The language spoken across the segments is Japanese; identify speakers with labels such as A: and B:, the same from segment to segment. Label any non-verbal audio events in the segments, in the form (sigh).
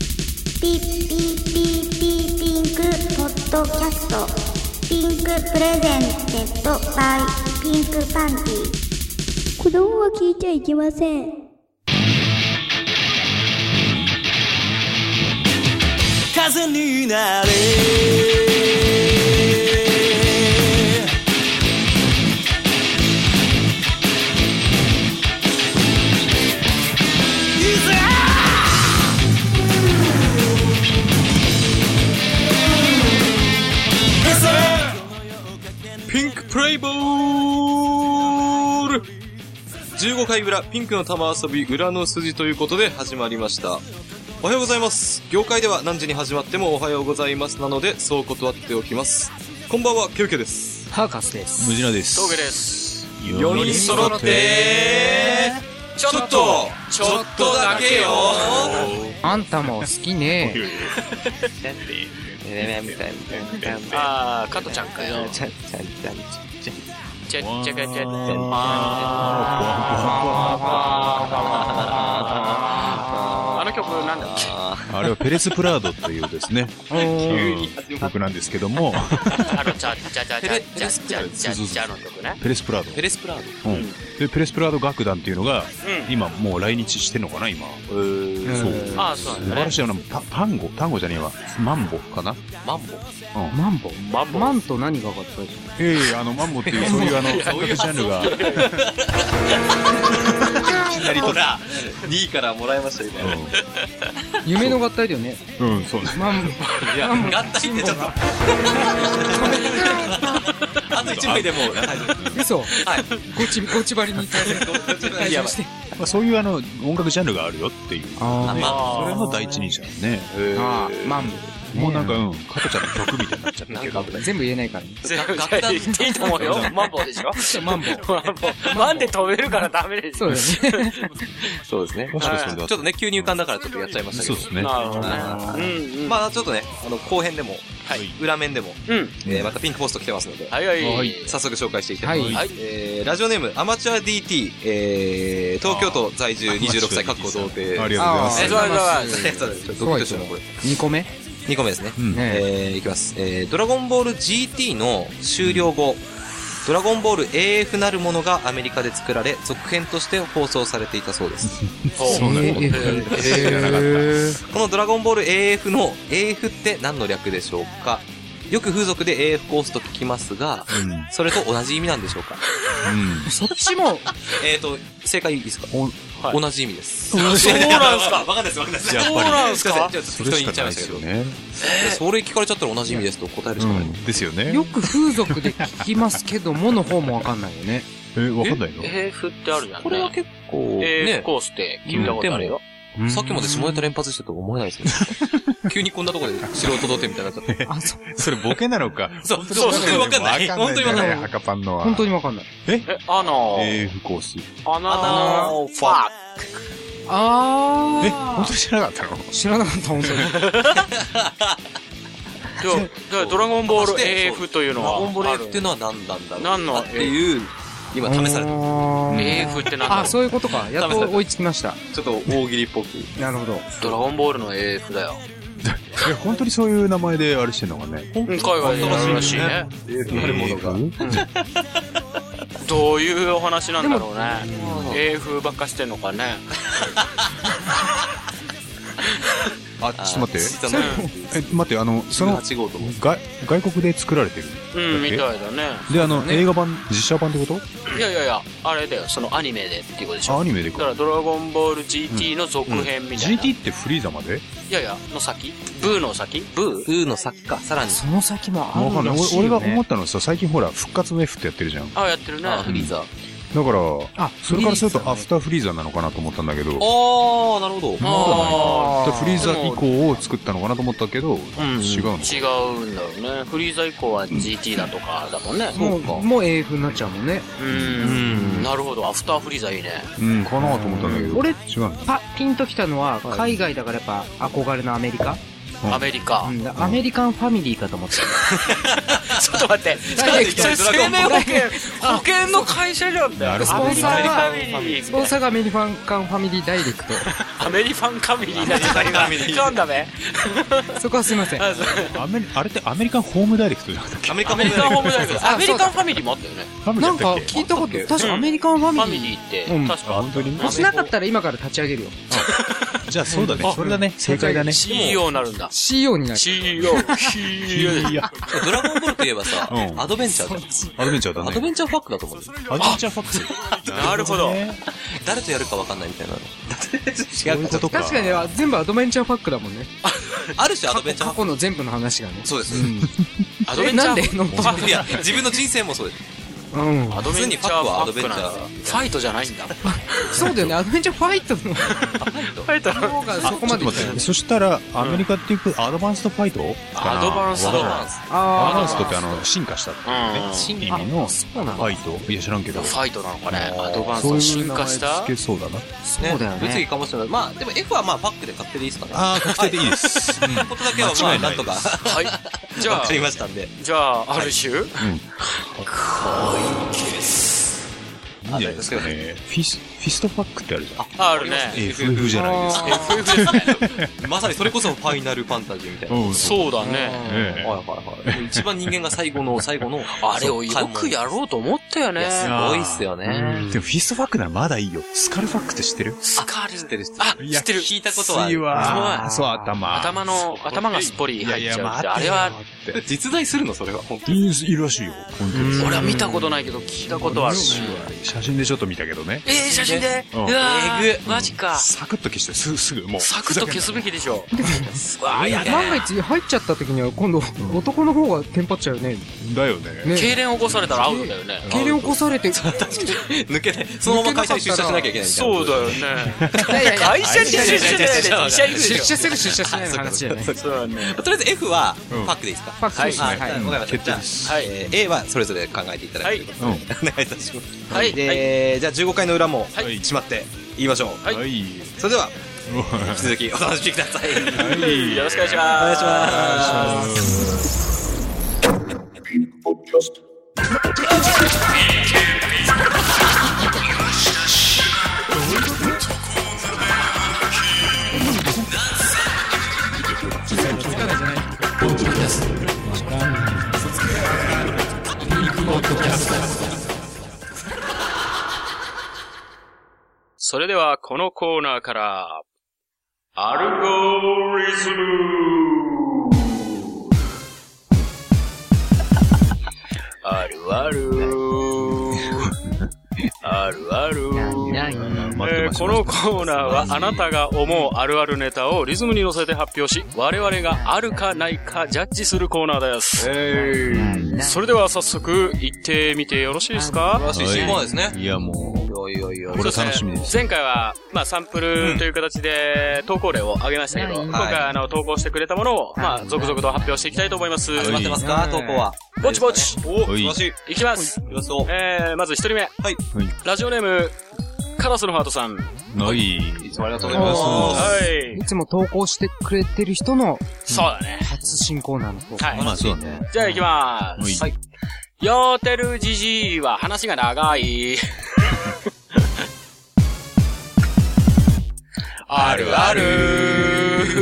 A: ピッピッピッピッピンクポッドキャストピンクプレゼンテッドバイピンクパンティ子供は聞いちゃいけません
B: 風になれいざ
C: ピンクプレイボール15回裏、ピンクの玉遊び、裏の筋ということで始まりました。おはようございます。業界では何時に始まってもおはようございますなので、そう断っておきます。こんばんは、ケウケです。
D: パーカスです。
E: ムジナです。峠です。
C: 4、
E: 人揃って
C: ちょっと、ちょっとだけよ
D: あんたも好きね。
F: あー、加トちゃんかよ。ちゃちゃかちゃちゃ。あの曲なんだっけ
E: あれはペレスプラードっていうですね、うん曲なんですけども、
F: あの、ちゃちゃちゃちゃちゃちゃちゃちゃの曲ね。
E: ペレスプラード。
C: ペレスプラード。
E: うんで、ペレスプラード楽団っていうのが、今もう来日してんのかな、今。そう。
F: あー、そうな
E: 素晴
F: んだ
E: ら
F: ね。
E: しいよな、タタンゴ、タンゴじゃねえわ、マンボかな
C: マンボ。
D: マンボマンと何が合体し
E: ええあの、マンボっていう、そういうあの、そういうジャンルが、
C: 左とら、2位からもらいました、今。
D: たの夢の合体だよね。
E: うん、そうね。
D: マンボ。
C: いや、合体ってちょっ (laughs) と。あと1枚でもう、
D: 嘘。はい。ゴチ、ゴチバリに対戦。対戦して。
E: まあ、そういうあの、音楽ジャンルがあるよっていう。
D: あ
E: ね、
D: ー
E: それの第一人者だね。
D: あー、マンボ。
E: もうなんか、うん、加トちゃんの曲みたいになっちゃったけど。
D: 全部言えない (laughs) からね。
F: 楽団言っていいと思うよ。マンボウでしょ
D: マンボ。
F: マンボウ。マンで飛べるからダメでし
D: そ
F: ょ
D: う。だよね。
E: そうですね。もしかそれだ
C: ちょっとね、急に浮かんだからちょっとやっちゃいましたけ
E: そ
C: ど。
E: うですね。
F: なるほどね。うんうん。
C: まあちょっとね、あの、後編でも、裏面でも、
F: うん。
C: えーまたピンクポスト来てますので、
F: はいはい。
C: 早速紹介していきたいと思います。
F: は
C: えーラジオネーム、アマチュア DT、えー東京都在住26歳、かっこ童貞。
E: ありがとうございます
F: あ。りがとうございま
C: ありがとうございます。ドキッとしてるなこれ。
D: 2個目ね
C: 2個目ですね。
D: え。
C: えー、いきます。えー、ドラゴンボール GT の終了後、ドラゴンボール AF なるものがアメリカで作られ、続編として放送されていたそうです。
F: そう
D: えええ
C: このドラゴンボール AF の AF って何の略でしょうかよく風俗で AF コースと聞きますが、
E: うん。
C: それと同じ意味なんでしょう (laughs) か
D: ー (laughs) そっちも、
C: えーと、正解いいですか、
F: はい
C: 同じ意味です。
E: うん。
C: (laughs)
F: そうなんすか
C: わかんないです、わかんないです。
E: やっぱり
F: そうなんす
C: いま
F: か
C: せんちょっと
E: そ
C: 適
E: れ
C: 当
E: し
C: に言
E: か
C: っちゃ
E: ない
C: まし
E: いで
C: た
E: す
C: け
E: よ
C: ど。
E: ね。
C: それ聞かれちゃったら同じ意味ですと答えるし
E: う
C: かない。
E: ん。ですよね。
D: よく風俗で聞きますけどもの方もわかんないよね。
E: え、わかんないの
F: AF ってあるじゃん。
C: これは結構、
F: AF
C: ね、
F: コースって聞いたことあるよ。
C: さっきまで下ネタ連発してたと思えないですね。 (laughs) 急にこんなところで素人童貞みたいになっちゃって。
D: あ、そう。
E: それボケなのか。
C: (laughs) そう、そう、本当にわかんない。本当にわかんない。
D: ない
E: 赤パンのは。
D: 本当にわかんない。
F: え、アナ
E: えー、不幸ス。
F: アナ
C: アナ
F: ファ
C: ーフ
F: ッ
C: ァック
D: あー。
E: え、本当に知らなかったの
D: 知らなかった、本当に。
F: じゃあじゃあ、ドラゴンボール AF という
C: ド
F: の
C: ラ
F: はある
C: ゴンボール F っていうのは何なんだろう
F: 何の
C: っていう、今試されてま
D: あー
F: AF ってなんだ
D: あ、
F: ろ
D: そういうことか。やっと追いつきました。
C: す。ちょっと大喜利っぽく。
D: なるほど。
F: うドラゴンボールの AF だよ。
E: え、本当にそういう名前であれしてんのかね。
F: 海外でやるらしいね。
C: なるものが。
F: どういうお話なんだろうね。AF ばっかしてんのかね。
E: あ、ちょっと待って。
C: 実はね
E: え、待って、あの、その、
C: 18号とも。
E: 外、外国で作られてる。
F: うん、みたいだね。
E: で、あの、映画版、実写版ってこと
F: いやいやいや、あれだよ、そのアニメでっていうことでし
E: あ
F: ょ
E: ア。ニメで
F: だか
E: か。
F: ら、ドラゴンボール GT の続編みたいな。い
E: GT ってフリーザまで
F: やいや、の先ブーの先ブー
C: ウーの作家、さらに。
D: その先もあ
E: わかん
D: る
E: ない。
D: らしい
E: 俺
D: よ、
E: 俺
D: ね。
E: が思ったのはさ、最近ほら、復活の F ってやってるじゃん。だか
F: あ、やってるね。
C: あ、フリーザー。
E: ら、
D: あ、
E: それからする
D: フリ
E: と
D: ーザ
E: アフターフリーザなのかなと思ったんだけど。
C: あー、なるほど。
F: あ
E: フリーザ以降を作ったのかなと思ったけど、違うの
F: ー違うんだろうね。フリーザ以降は GT だとかだもんね。
D: もう、もう AF になっちゃうもんね。
F: うーん、なるほど、アフターフリーザいいね。
E: うんかなと思ったんだけど
D: 俺
E: 違うの
D: パ、ピンときたのは、海外だからやっぱ憧れのアメリカ
E: うん
F: アメリカ
D: う。んアメリカンファミリーかと思った。
F: (laughs) ちょっと待って。
C: なんでいき
F: そ
C: な
F: れ
C: りドラゴ
F: 生
C: ン
F: 命
C: ボー
F: 保
C: ル
F: 険、保険の会社じゃんだよ。
E: なるほ
D: ど
F: アメリカンファミリー。
D: スポンサーがアメリカンファミリーダイレク
F: アメリファンファミリーになっちゃった今。噛んだね。
D: ト。そこはすいません。
F: あそう
E: アメリあれってアメリカンホームダイレクトじゃなかったっけ
C: アメリカ
F: ア
C: ンホ
F: メ
C: ー
F: リカン
C: ムライ
F: ホ
C: ブ
F: ームライブ。アメリカンファミリーもあったよね。
E: ファミリ
D: な
E: ーだ
D: ん
E: った
D: か
E: っけ
D: 聞いたこと、確かアメリカンファ
F: ファ
D: ミ
F: ミ
D: リ
F: リーって、
E: うん
F: 確か
E: あ本当に
D: ー。もしなかったら今から立ち上げるよ。
E: じゃあそうだね。それだね。正解だね。
F: CEO になるんだ。
D: CEO になる。
F: CEO。CEO。
E: いや、
C: ドラゴンボールといえばさ、
E: うん
C: アドベンチャーじ
E: アドベンチャーだ
C: ゃん。
E: ね。
C: アドベンチャーファックだと思うんだよ。
E: アドベンチャーファックス。
F: なるほど。
E: ね
C: 誰とやるかわかんないみたいな。
E: そういうことか。
D: 確かにね全部アドベンチャーパックだもんね。
C: ある種ア
D: 過
C: ドベンチャー
D: 去
C: ファック。
D: の全部の話がね。
C: そうです。
D: うん。
F: アドベ
D: え
F: ンチャー
D: なんでの
F: ファック
C: (laughs) いや、自分の人生もそうです。
D: うん。
F: アドベンチャーファックなんだ。ファイトじゃないんだ。フ
D: そうだよね、 (laughs) アドベンチャーファイトの
F: ァイト
D: 方がそこまで
E: 待ってそしたら、アメリカっていうと、アドバンストファイトか
F: ア
E: な
F: ドバンスト
E: わからんアドバ
D: あ
E: ンストってあの、進化したって
F: うん
E: いうね。意味のフ
D: うなんだ
E: ァイト。いや、知らんけど。
F: ファイトなのかね。
E: あー
F: アドバンスト進化し
E: そういう名前
F: た
E: つけそうだな。
D: あ、そうだよ
C: 物理
D: ね。
C: かもしれない。まあ、でも F はまあ、ファックで勝手でいいですかね。
E: ああ、確定でいいです。うん
C: ことだけはま
E: 間
C: あ、
E: 違いな
C: ないん
E: で
C: と
E: す
C: か、
F: はい。じゃ
C: わ
F: あ
C: か、りましたんで。
F: じゃあ、ある種、
E: いいんじゃないですかね。フィス、フィストファックってあるじゃん。
F: あるね。
E: FF じゃないですか。
F: FF ですね。
C: まさにそれこそファイナルファンタジーみたいな。
E: うんう。
F: そうだね。
E: ええ
C: はいはいはい。一番人間が最後 (laughs) の、最後の。
F: あれをよくやろうと思ったよ
C: いや、す
F: ね。
C: ごいっすよね。
E: でもフィストファックならまだいいよ。スカルファックって知ってる
F: スカル。
C: 知ってる知ってる。
F: あ、知ってる。
C: 聞いたことはある
E: いいわ
F: う
E: そう、頭。
F: 頭の、頭がすっぽり入っちゃうって。あれは、
C: 実在するのそれは、本当に。
E: いいいるらしいよ。本当に。
F: 俺は見たことないけど、聞いたことある。
E: 写真でちょっと見たけどね。
F: えー、写真でう
E: うん
F: わ
C: え
F: ー、マジか。
E: サクッと消して、すすぐ、もう。
F: サクッと消すべきでしょ。うわー、いやね。
D: 万が一入っちゃった時には今度男の方がテンパっちゃうよね。
E: だよね。
F: 痙
D: ね。
F: 攣起こされたらアウトだよね。
D: 経起こされ
C: (laughs)
D: て、
C: 抜けない。そのまま会社に出社しなきゃいけないみたいな。
F: そうだよね。
D: いやいやいや
F: 会社に出社しないで医者行くで
D: 出
F: しょ。
D: 社する出社しないの話だよね。
F: そうだね。
C: とりあえず F は
E: うん
C: パックでいいですか、
D: パックですね
C: はい、はい、
D: はい
C: わかりました。じゃあ、
F: はい
C: えー A はそれぞれ考えていただくということで、
E: は
C: (laughs) お願いいたします。
F: はい
C: で、
F: は
C: じゃあ15回の裏も、
E: はい
C: しまって言いましょう。
F: はい
E: い。
C: それでは、引き続きお楽しみください。
F: よろしくお願いします。それでは、このコーナーから、アルゴリズムあるあるあるある
E: 待って
F: え
E: ま
F: ー
E: した
F: このコーナーはあなたが思うあるあるネタをリズムに乗せて発表し、我々があるかないかジャッジするコーナーです。それでは早速行ってみてよろしいですか
C: 素晴らしい進行ですね。
E: いや、もう、
C: いよいよいよ。
E: これ楽しみです。
F: 前回は、まあ、サンプルという形で投稿例を挙げましたけど、今回あの投稿してくれたものを、まあ、続々と発表していきたいと思います。
C: 始まってますか、投稿は。
F: ぼちぼち
C: お
E: は
C: 素
E: い
C: 晴らしい。よ
F: いきます
C: ろしそう。
F: えー、まず一人目。
C: はい。
F: ラジオネーム、カラスのハートさん。は
E: ない。
C: いつもありがとうございます。
F: い
D: い。つも投稿してくれてる人の
F: そうだね。
D: 初進行なのと。
F: はい。
E: まあ、そうだね。
F: じゃあ行きまーす。。
E: はい
F: ヨー (laughs) テルじじいは話が長い。あるある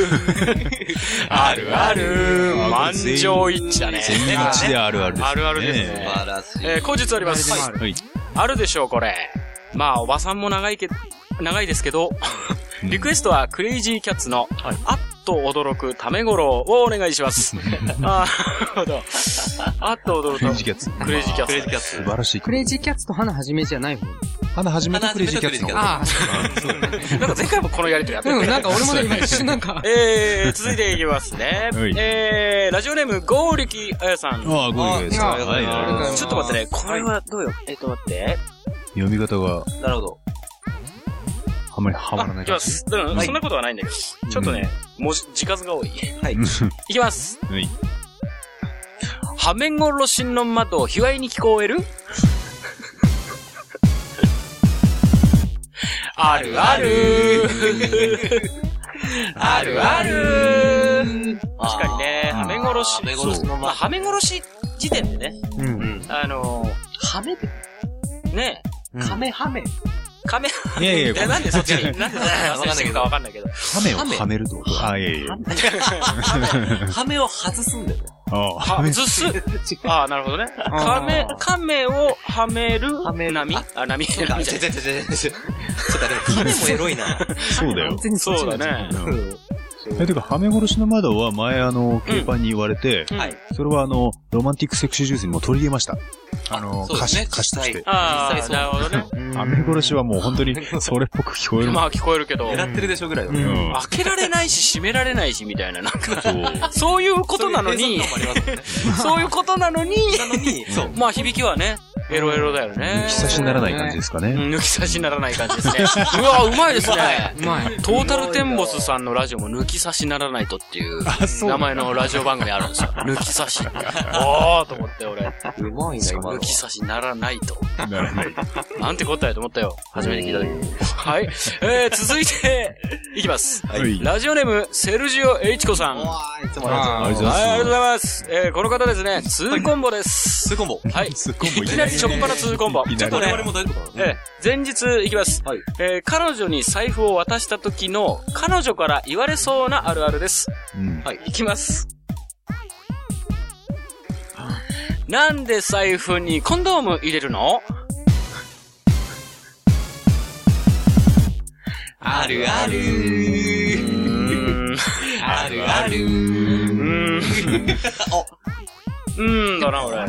F: あるある満場一致だね。
E: 全員一致であるあるですね
F: あるあるですね
C: 素晴らしい。
F: えー後日あります。
D: はい
E: はい。
F: あるでしょう、これ。まあ、おばさんも長いけ、長いですけど、リクエストはクレイジーキャッツの、あっと驚くためごろをお願いします。あーなるほど。あっと驚く
E: クレイジーキャッツ。
F: クレイジーキャッ
C: ク
F: ツ
C: レイジーキャッツ。
E: 素晴らしい。
D: クレイジーキャッツと花はじめじゃない方。
E: 花始めとクレイジーキャッツの方。
D: あ
F: なんか前回もこのやりとりやっ
D: あ、
F: て
D: う
F: る
D: ん、。なんか俺もね、今一瞬なんか。
F: えー、続いていきますね
E: はい。
F: えー、ラジオネーム、ゴーリキあやさん。
E: ああ、ごめんなさ
D: ありがとう
E: い。はい
D: ござい
E: は
D: ま
F: ち
D: す
F: ょっと待ってね、これはどうよ。えっと待って。
E: い。読み方が
C: なるほど。
E: あんまりハマらない
F: いき
E: 感
F: ま
E: じ。
F: す。うん、そんなことはないんだけど。ちょっとね、文字、字数が多い。
C: はい。
F: いきます。
E: はい。
F: 破面殺しの窓、卑猥に聞こえる (laughs) (laughs) あるある。あるある。確かにね、
E: うん
F: はめ殺し、
C: はめ殺しの
F: まあ、はめ殺し時点でね、
E: (laughs)
D: うん。
F: あの
C: ハメで、
F: ー、ね、
C: カメハメ。
F: カメ、
E: いやいや
F: いや、なんでそっちに、 (laughs) なんでそっちに
C: わかんないけど
F: 話してるかわかんないけど。 (laughs)
E: ハメをはめるってことあ、いやいや。
C: ハメを外すんだよ。
E: ああ、
F: は、ずす。ああ、なるほどね。カメ、カメをはめる、
C: はめる
F: 波あ、波、
C: そ
F: (laughs)
C: うか、違
F: 波
C: う
F: じゃ
C: 違う違う違う違う。そうか、でもカメもエロいな。
E: そうだよ。
F: ない。そうだね。
E: うんえ、てか、ハメ殺しの窓は前、あの、ケーパーに言われて、
F: うん
C: はい
E: それはあの、ロマンティックセクシージュースにも取り入れました。あの、
C: そう
E: 歌
C: です
E: 詞、
C: ね
E: 歌詞として
C: 実。
F: あ
C: 実際
F: あ、
C: そう
F: なるほどね。
E: ハメ殺しはもう本当に、それっぽく聞こえるもん。
F: まあ聞こえるけど、
C: 狙ってるでしょぐらいだ
E: う
C: ね
E: ん。
F: 開けられないし閉められないしみたいな、なんか、
E: そう。
F: そういうことなのに、
C: そういう映像とかもありま
F: (laughs)
C: す
F: そういうことなのに、
C: もんねなのに、そう。
F: まあ響きはね、エロエロだよね。
E: 抜き差しにならない感じですか
F: う
E: ね。
F: ん抜き差しにならない感じですね。うわ、うまいですね。
D: うまい。
F: トータルテンボスさんのラジオも抜き差しならないとっていう名前のラジオ番組あるんですよ。 (laughs) 抜き差し。おーと思って俺、
C: うまいな、今
F: 抜
C: の。
F: き差しならないと。
E: ならない。
F: なんて答えと思ったよ。初めて聞いた時。はい。えー、続いて、いきます。
E: はい
F: ラジオネーム、セルジオ・エイチコさん。
C: う
F: はい、
C: わーいつもあ
E: ありがとう
F: あ
E: ご
F: りがとうご
E: ざい
F: ざいます。えー、この方ですね、2コンボです。
C: すコンボ。
F: はい。
E: ます。突っ込む
F: いきなりしょっぱな2コンボ。
E: いき
F: ちょ
E: な
F: っと
C: 我
E: り
F: ね
C: 々、も大丈夫かな
F: えー前日いきます、
C: はい
F: えー彼女に財布を渡した時の彼女から言われそうなあるあるです。
E: うん。
C: はい。
F: いきます。なんで財布にコンドーム入れるの
C: あるある
F: うーん。
C: あるある
F: うーん。うーんだな、俺。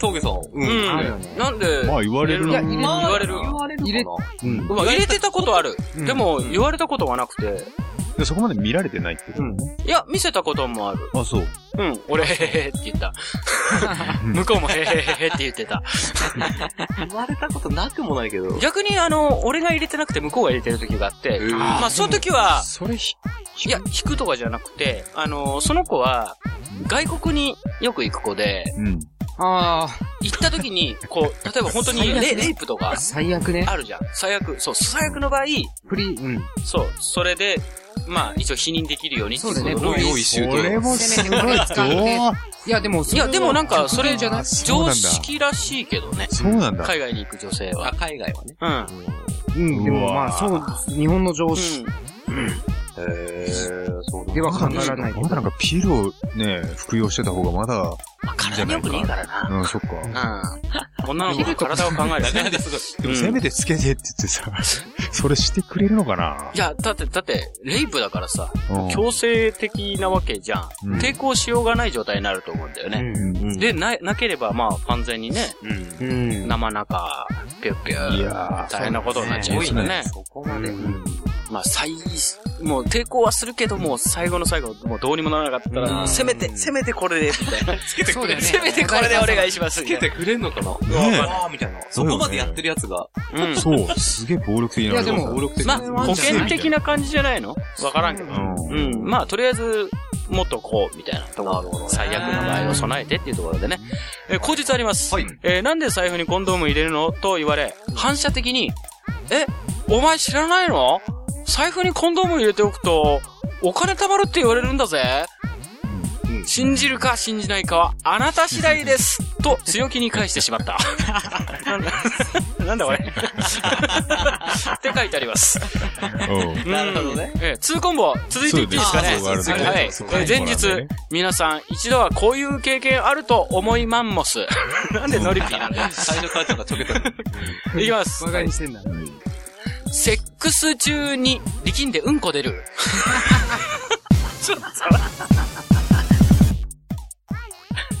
C: 峠さん。う
F: うん
C: あるよ
F: ん。なんで、
E: まあ言われる
F: い
E: な
F: や言われる。
C: 言われる
D: 入れ
C: かな
E: うん
F: まあ入れてたことある。
D: うん
F: でも、言われたことはなくて。
E: で。そこまで見られてないってことね。
F: いや、見せたこともある。
E: あ、そう。
F: うん。俺、へへへって言った。向こうもへへへへって言ってた。
C: 言われたことなくもないけど。
F: 逆に、あの、俺が入れてなくて向こうが入れてる時があって。まあ、その時は、
D: それひ、
F: いや、引くとかじゃなくて、あの、その子は、外国によく行く子で、
E: うん。
D: あ
F: 行った時に、こう、例えば本当に
D: 最悪
F: レ
D: ね
F: レイプとか
D: あ、、最悪ね。
F: あるじゃん。最悪、そう、最悪の場合、
D: フリー、うん。
F: そう、それで、まあ、一応否認できるようにっていうこと
D: そうだね
F: を
D: こういう
C: 用意周
E: これもすごい。どう
D: いや、でも、そ
F: い
D: れ
F: や、
D: は
F: でもなんか、それ、
D: じゃない
E: そうな
F: 常
E: んだ
F: 識らしいけどね。
E: そうなんだ。
F: 海外に行く女性
C: あ
F: は。、
C: 海外はね。
F: うん。
D: うん、で
E: う
D: もま
E: わ
D: あ、そう、日本の常識
C: へー、そう
D: では考えられないけど。
E: まだなんかピルをね、服用してた方がまだ、
F: まあ、体によくねえからな。
E: うん、そっか。
F: うん。女の子の体を考えるだけですごい。
E: で
F: うん
E: もせめてつけてって言ってさ、 (laughs) それしてくれるのかない
F: や、だって、だって、レイプだからさ、
E: うん
F: 強制的なわけじゃん。
E: うん
F: 抵抗しようがない状態になると思うんだよね。
E: うん
F: で、な、なければ、まあ、完全にね、
D: うん。
F: 生中、ぴゅっぴゅ、
E: いや
F: 大変なことになっちゃうからね。
C: そこまで。
F: まあ、最、もう抵抗はするけども、最後の最後、もうどうにもならなかったら、
C: うん
F: せめて、せめてこれで、みたいな。
C: つけてくれる。
F: せめてこれでお願いします。
C: つけてくれんのかなわ
E: え
C: ーみたいな。そこまでやってるやつが。
F: みたいな。
E: ーそう、すげえ暴力的な。
D: いやでも
E: 暴力
F: うん。
E: 的
F: ま
E: な。
F: あ、保険的な感じじゃないのわからんけど。
E: う。
F: うんん。まあ、とりあえず、もっとこう、みたいなところ。最悪の場合を備えてっていうところでね。えー、口実あります。
C: はい
F: えーなんで財布にコンドーム入れるのと言われ、反射的に、え、お前知らないの財布にコンドーム入れておくと、お金貯まるって言われるんだぜ。信じるか信じないかはあなた次第です。と強気に返してしま (laughs) った。なんだ、なん (laughs) だこれ。って書いてあります。
E: うん
C: なるほどね。
F: ええ、2コンボ、続いていっていいですかね。
E: そうですね
F: はい。
E: あそう
F: は
E: あ
F: い
E: るね
F: 前
E: そうなんだ
F: 日
E: ね、
F: 皆さん一度はこういう経験あると思いマンモス。なんでノリピーなんだよ。
C: (laughs) 最初からちょっとちょけてる。
F: いきます
D: バ。カにしてんだ。
F: セックス中に力んでうんこ出る。ちょっ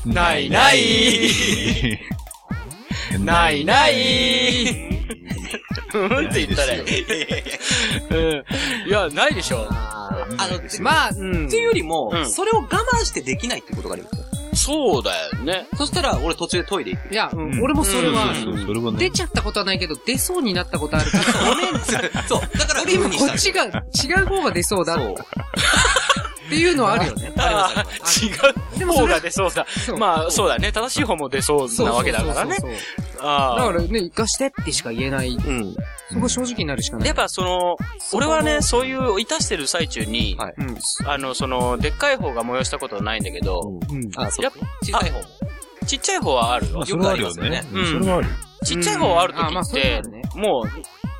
F: と。ないないないないうんって言ったね。うんいや、ないでしょ。
C: あの、て
D: まあ、うん
C: って。いうよりも
F: う、ん
C: それを我慢してできないってことがありますよ。
F: そうだよね。
C: そしたら、俺途中でトイレ行く。
D: いや、うん
E: うん
D: 俺もそれ
F: う
D: は
F: ん、
E: そうそれはね
D: 出。ちゃったことはないけど、出そうになったことあるから、ごめん。
C: そう。だから、
D: 俺今
C: うんに
D: こ
C: した
D: っちが、違う方が出そうだ
C: そう
D: っ。ていうのはあるよね。
F: あー違う
D: でも
F: 方
D: それ
F: が出そうだ
D: そ。う
F: まあ、そうだね。正しい方も出そうなわけだからね。
D: そうそうそうそうだか
F: あ
D: らね、生かしてってしか言えない。
C: うん。
D: そこ正直になるしか
F: あ。
D: ない。
F: やっぱその、俺はね、そういう、いたしてる最中に、
C: はい
D: うん
F: あの、その、でっかい方が催したことはないんだけど、
D: うん。
C: あ、そう
F: やっ
C: 小さい方も。
F: ちっちゃい方はあるよ
E: あ。それはあるよね。
F: うん
E: それはある。
F: ちっちゃい方はある時
D: うんあまあ
F: っ
D: そういうの
F: て
D: あるね、
F: も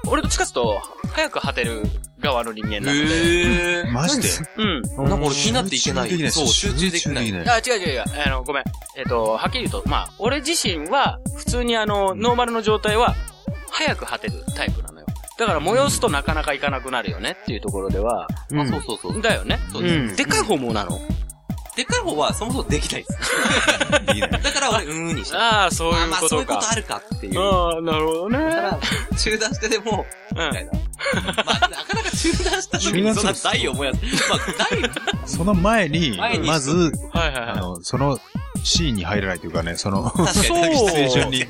F: う、俺どっちかっていうと、早く果てる側の人間なので。
C: へ (laughs) え。
E: マジで
F: うん。
C: なんか俺気になっていけない。そう、集中できない。
E: ね。
F: あ、違う違う違う。あの、ごめん。えっ、と、はっきり言うと、まあ、俺自身は、普通にあの、ノーマルの状態は、早く果てるタイプなのよ。だから、催すとなかなかいかなくなるよねっていうところでは、
C: あ、そうそうそう。
F: だよね。
C: そうです
F: うんでっかい方もなの
C: でっかい方はそもそもできないです。だから俺、うーんにした。
F: ああ、そうい
C: あ、
F: う
C: まあ
F: こ
C: そうい
F: と
C: うこ
F: か
C: と。あるかっていう。
F: ああ、なるほどね。
C: だから、中断してでも、
F: う
C: みたい
F: ん。
C: な。まあ、なかなか中断した時に、そんな大を燃やす。まあ、大
E: その前に
C: 前、に
E: まず、
F: はいはい
E: あ
F: は
E: の、そのシーンに入らないというかね、その、 (laughs)
F: い。そう。
E: に。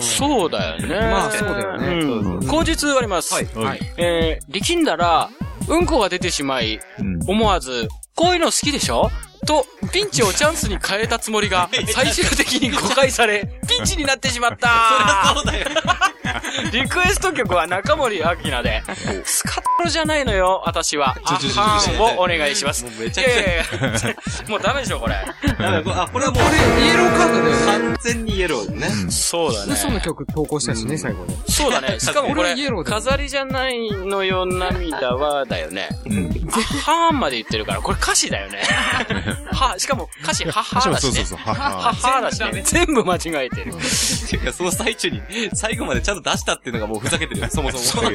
F: そうだよね。
D: まあそうだよね
F: うん
E: そう
F: 口実あります。はい。
E: はい。
F: えー、力んだら、うんこが出てしまい、
E: うん
F: 思わず、こういうの好きでしょと、ピンチをチャンスに変えたつもりが、最終的に誤解され、ピンチになってしまった
C: そうだよ。
F: リクエスト曲は中森明菜で、スカッロじゃないのよ、私は。あ
E: ちょちょ
F: はんをお願いします。い
C: もうめちゃ
F: や
C: く
F: い
C: ちゃ。
F: やいや、もうダメでしょ、これ。
C: あ、これはもう、
D: イエローカードだよね。
C: 完全にイエローね。
F: そうだね。
D: 嘘の曲投稿したしね、最後ね。
F: そうだ
D: (laughs)
F: ね。しかもこ
D: これ
F: れ
D: はイエロ、ーだよ
F: 飾りじゃないのよ、涙は、だよね。あはーんまで言ってるから、これ歌詞だよね。は、しかも歌詞、ははー
E: そう
F: だし
E: そう
F: ね
E: そ。う。は
F: は
E: は
F: はーだしね。全部間違えてる。
C: っていうか、その最中に、最後までちゃんと出したっていうのがもうふざけてるよ、そもそも。
F: え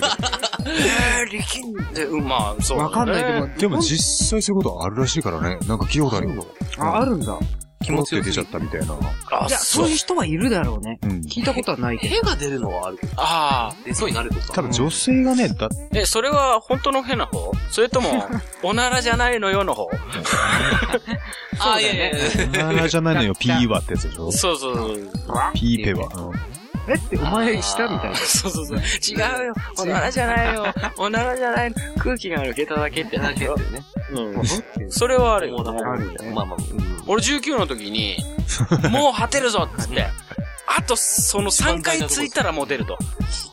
F: ー、力んで、うん、まあ、そうだね。
D: わかんないけど、
E: でも実際そういうことあるらしいからね。なんか聞いたことあるよ。
D: あ、あるんだ。
E: 気持ちで出ちゃったみたいな。
F: あ、
D: いや、
F: そ
D: そうういう人はいるだろうね。
E: うん。
D: 聞いたことはないけど。
C: 手が出るのはあるけど、
F: あ
C: 出そうになるとか。
E: 多分女性がね、だ
F: あ。え、それは本当の変な方それとも、おならじゃないのよの方
C: あ、いやいやいや。
E: なじゃないの
F: (laughs)
E: よ、ピーはってやつでしょ
F: そうそうそう。
E: ピーペは。
D: えって、お前したみたいな。
F: そうそうそう。違うよ。おならじゃないよ。おならじゃないの。空気が抜けただけってなるよ。うん。それはあるよ。
D: あるよね。
C: まあまあ、
F: 俺19の時 (laughs) に、もう果てるぞっつって、あとその3回ついたらもう出ると。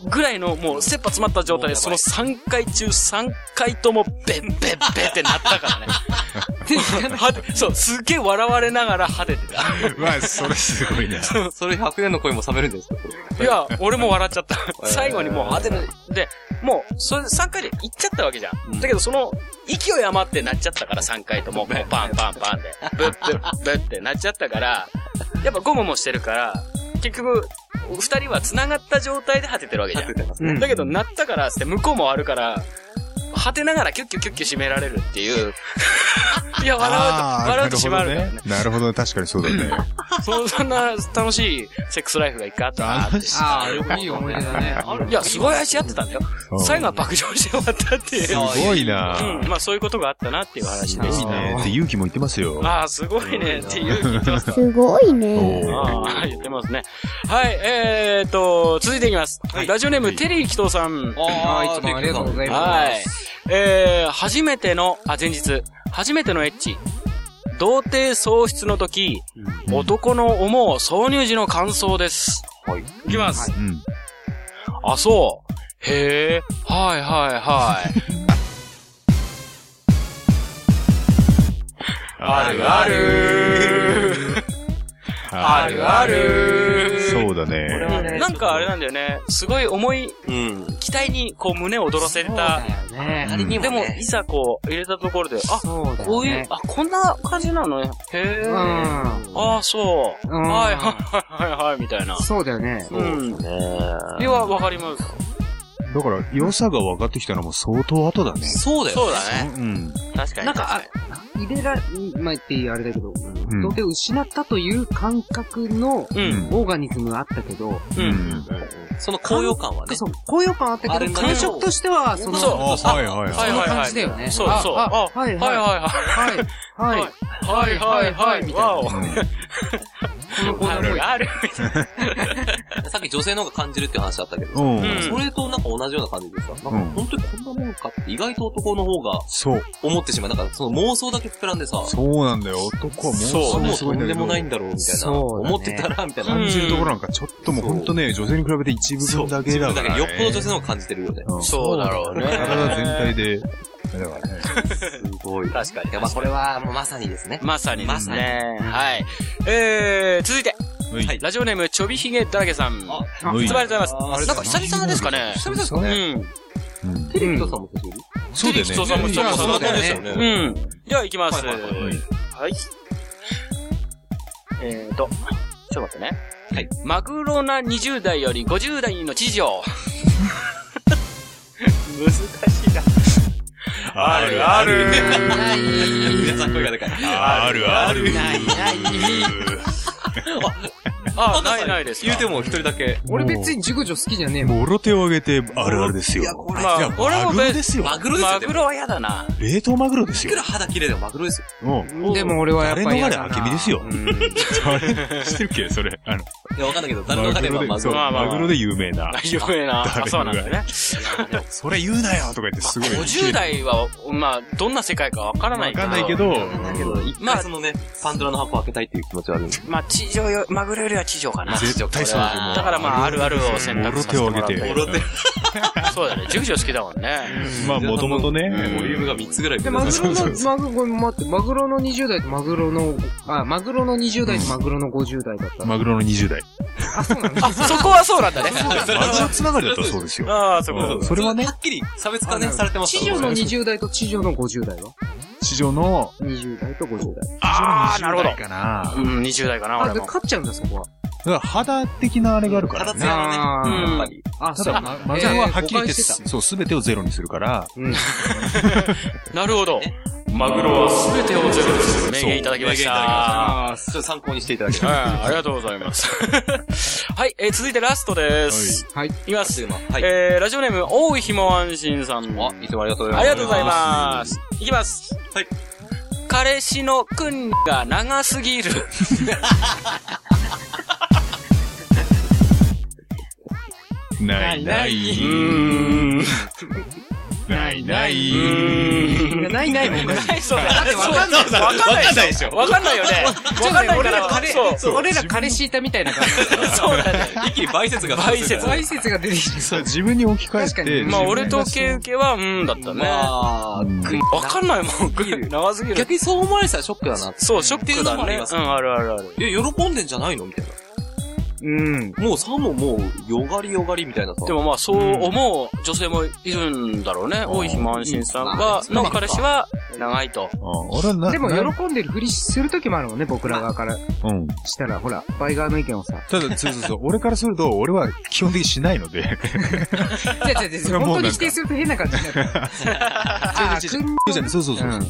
F: ぐらいのもう切羽詰まった状態で、その3回中3回ともベンベンベンってなったからね。はてそう、すげえ笑われながら果ててた。
E: わあ、それすごいね。
C: うん。それ100年の声も冷めるんですか
F: いや、俺も笑っちゃった。 (laughs) 最後にもう果てる。で、もう、それ3回で行っちゃったわけじゃん。だけどその、勢い余ってなっちゃったから3回とも、もうパンパンパンで、ブッブッブッってなっちゃったから、やっぱゴムもしてるから、結局、二人は繋がった状態で果ててるわけじゃん。
D: うん
F: だけど、なったからっつって、向こうもあるから、果てながらキュッキュッキュッキュ締められるって (laughs) いう。いや、笑うと、笑うと締まるからね。
E: なるほどね。確かにそうだね。
F: そんそんな楽しいセックスライフが一回あったなって。
D: (laughs) あ (laughs) あ、いい思い出だね。
F: いや、すごい愛し合ってたんだよ。最後は爆笑して終わったっていう。
E: すごいな
F: うん、まあそういうことがあったなっていう話
E: い
F: で
E: い
F: す。
E: ね。って勇気も言ってますよ。
F: ああ、すごいねっていう言ってますか
A: すごいね。
E: お
F: ああ、言ってますね。はい、えーっと、続いていきます。ラジオネーム、テリー紀藤さん。
D: ああ、いつもありがとうございま
F: はい。えー、初めての、あ、前日、初めてのエッチ。童貞喪失の時、男の思う挿入時の感想です。はい。いきます。
E: うん。
F: あ、そう。へえ、はいはいはい。ある (laughs) あるあるある
E: そうだね。
F: なんかあれなんだよね。すごい重い
C: うん。
F: 期待にこう胸を躍らせ
D: す。そう
F: た
D: だ。よね。
C: 仮に
F: で
C: も
F: も
C: ね、
F: いざこう入れたところで、あ、
D: そうだよね。
F: こういう、あ、こんな感じなのね。へえ。
D: う
F: ああ、そう。
D: うん
F: はいはいはいはい、みたいな。
D: ん。そうだよね。
F: うん。では、わかります。
E: だから、良さが分かってきたのも相当後だね。
C: そうだよ。
F: そうだね。
E: うん。
F: 確かに。
D: なんか、あ入れら、まあ、言っていいあれだけど、
E: ん
D: 童貞を失ったという感覚の、
F: うん。
D: オーガニズムがあったけど、
F: う。
E: うんん。
C: その高揚感はね。
D: そう、高揚感あっ
C: あ
D: たけ
C: れ
D: ど、
C: もね
D: 感触としては、その、
F: そう
E: あ、はいはい
F: は
E: は
F: は
E: いい。
F: いはい。
D: 感じだよね
F: そうそう。
D: ああ
F: あ、
D: はい
F: はいはいはい。
D: はい、はい、
F: はいはいはい、
D: みたいな
F: わお。
D: のコーナ
F: あ
D: ーっぽい
F: る。ある。みたいな
C: さっき女性の方が感じるっていう話あったけど
E: う
C: さ、
E: ん。
F: うん
C: それとなんか同じような感じでさ、なんか
E: うん
C: 本当にこんなもんかって意外と男の方が
E: そう。
C: 思ってしまう。なんかその妄想だけ膨らんでさ、
E: そうなんだよ。男はもう
C: そう、もう
E: すご
C: と
E: いん
C: ん
E: だ
C: で
E: けど
C: もないんだろうみたいな。
D: そうだね
C: 思ってたら、みたいな。
F: うん
E: 感じるところなんかちょっともうほんとね、女性に比べて一部
C: そう、
E: 分だ
C: 自
E: けだ
C: 分
E: か
C: だけ
E: ら、ね。
C: よっぽど女性の方が感じてるよね。
E: うん
F: そうだろうね。
E: 体全体で。だからね。
C: すごい。確かに。いや、まあこれはもうまさにですね。
F: まさにで
C: ますさに
F: ね。はい。えー、続いて、
E: はい
C: はい
F: ラジオネーム、ちょびひげだらけさん。
C: あ
E: うい
F: つばりでございます。
C: あ
F: なんか久々ですかね。
C: 久々です
F: う
C: かね。
F: ん。
E: うん
C: テレビとさんも久しぶり
E: そうだよね。
F: そうそうそうそう
C: そうだよね
F: うん。では、行きます。
C: はいはい
E: はい
F: はい。えーと、ちょっと待ってね。
C: はい。
F: マグロな20代より50代の知女。難しいな。
E: あるある。
C: 皆さん声がでかい。
E: あるある。
F: あ、ないないですか。
C: 言うても一人だけ。
D: 俺別に熟女好きじゃねえもん。
E: もろ手を挙げて、あるあるですよ。
C: いやこれ
F: ま
E: いや
F: あ、俺も
E: マグロ
F: 別
E: ですよ。
C: マグロです
F: マ
C: よ。で
F: グ
C: も
F: ロは嫌だな。
E: 冷凍マグロです
C: いく
E: よ
C: ら。肌綺麗でもマグロですよ。
E: うん。
D: でも俺はやっ
E: 誰
D: ぱ
E: の
D: り。
E: がれあけみですよ。 (laughs) あれ知ってるっけそれ。あの、
C: いや、わかんないけど、誰の彼はマ
E: で、
C: グ
E: そう、
C: ロ。
F: まあまあ
E: マグロで有名な。
F: 有名な。
E: (laughs) 誰
F: あそうなんだね。
E: それ言うなよとか言ってすごい。
F: 50代は、まあ、どんな世界かわからない
E: わかんないけ。ど、
C: だけど、一
F: まあ
C: 回そのね、パンドラの箱開けたいっていう気持ちはあるんです
F: まあ、地上よ、マグロよりは地上かな。
E: 絶対そうだと思う
F: だからまあ、あるあるを選
E: も
F: 択
E: ろ
F: さ
E: 手
F: せて
E: を
F: もらっ
E: 挙げて。
F: て。そうだね。熟女好きだもんね。
E: まあ、もともとね、
C: けど、ボリュームが3つぐらい
D: で、マグロ
E: そうそ
D: の
E: う、
D: マグロ、待って、マグロの20代とマグロの、あ、マグロの20代とマグロの50代だった。
E: マグロの20代。
D: あ、そうなんだ。
F: あ、そこはそうなんだね。
E: マグロつながりだったらそうですよ。
F: ああ、そこ。
E: うんそれはね
C: は、っきり差別化ね、されてます
D: 地
C: から
D: 上の20代と地上の50代は
E: 地上の、
D: ?20 代と50代。
E: あ
F: なるほど
E: かな。
F: うん、20代かな、
D: あ、
F: 俺
D: で、
F: も。
D: 勝っちゃうんだ、そこは。
E: だから肌的なあれがあるから
C: 肌
E: ね。
C: 艶のね、
F: あー
C: やっぱり。
D: あ、
E: た
D: そう
E: だ、
D: な
E: ま
D: んだ。
E: マグロはは
D: え
E: っきり言っ
D: ー誤解
E: て、
D: してた。
E: そう、すべてをゼロにするから、
D: うん。
F: なるほど。マグロは全てをゼロにする。名言いただきました。あ
C: ああ、ちょっと参考にしていただければ。
F: ありがとうございます。 (laughs) はい、えー続いてラストです。
D: はい。
F: いきます。
C: はい。
F: えーラジオネーム、大井ひも安心さん。
C: あ、いつもありがとうございます。
F: ありがとうございます。いきます。
C: はい。
F: 彼氏のくんが長すぎる。
E: ないない。
F: (laughs)
E: ないない。
D: いやないないもんね。
F: ないそうだよ。だってわかんない。わかんないでしょ。わかんないよね。わかんないから、そう。
D: そう俺ら彼氏いたみたいな感じ。
F: そうだね。
C: 一気に倍説が。
F: 倍説
D: そういう説が出てきて
E: そう、自分に置き換
D: 確か
E: えて
F: ま
D: に、
F: あ、
E: 自分
F: 俺
E: が
F: とケウケは、うんだったね。わ
C: まあ、
E: うん
F: かんないもん、くん (laughs) 長すぎる。
C: 逆にそう思われてたらショックだな。
F: そう、ショックだね。うん、あるあるある。
C: え、喜んでんじゃないのみたい
D: うん。
C: な。もうさももう、よがりよがりみたいなさ。
F: でもまあ、そう思う女性もいるんだろうね。大井ひま安心さんが、の彼氏は、長いと。
E: うん俺はな、
D: でも
E: な
D: 喜んでるふりするときもあるもんね、僕ら側から
E: うん。
D: したら、ほら、バイ側の意見をさ。
E: ただ、そうそうそう、俺からすると、俺は基本的にしないので、
D: じゃじゃじ
E: それ
D: ゃ
E: はも
D: 本当
E: うなんか
D: に否定すると変な感じになる。あー、くん
E: そうじゃない、そうそうそう。
D: うん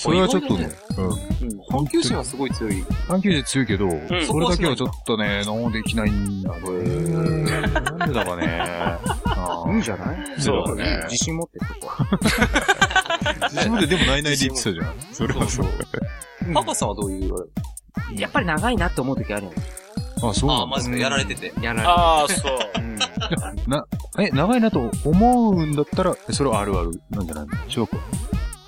E: それはちょっとね、うん。
C: 本球心はすごい強い。
E: 半球で強いけど、
F: ん
E: それだけはちょっとね、ノーできないんだね。なんでだかね。あ
D: いいん
E: ー
D: じゃない
E: そうだね
D: 自信持ってるとこ
E: 自分ででもないないで言ってたじゃん。それはそう。
C: パパさんはどういう、
D: やっぱり長いなって思うときあるよ。
E: あ、そう
C: あ
E: な
C: あ、
E: ん
C: マジか、やられてて。
D: やられ
F: ああ、 (laughs) そう。
E: だ。え、長いなと思うんだったら、それはあるあるなんじゃないの違うか。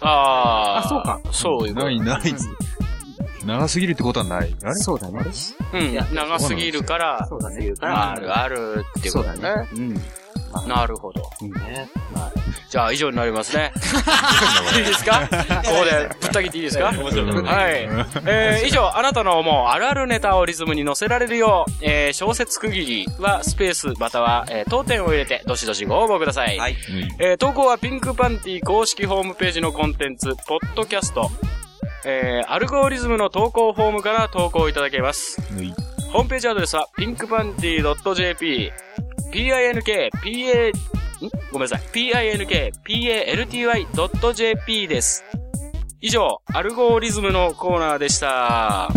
F: ああ。
D: あそうか。
F: そういうこと
E: な。いないっつって長すぎるってことはない。あれ
D: そうだね。
F: うん。長すぎるから、
D: そうだね。
F: あるあるっていう
D: そ
F: こ
D: う
F: と
D: だ
F: ね。
D: ね。うん。
F: なるほど。
C: ね。
F: じゃあ、以上になります (laughs) ね。いいですかここでぶった切っていいですかは
E: (laughs)
F: い。えー以上、あなたの思うあるあるネタをリズムに乗せられるよう、えー小説区切りはスペースまたは、えー当店を入れて、どしどしご応募ください。
C: はい。
F: えー投稿はピンクパンティ公式ホームページのコンテンツ、ポッドキャスト、えーアルゴリズムの投稿フォームから投稿いただけます。
E: はい
F: ホームページアドレスは、pinkpanty.jp、pink, pa, んごめんなさい。pink, palty.jp です。以上、アルゴリズムのコーナーでした。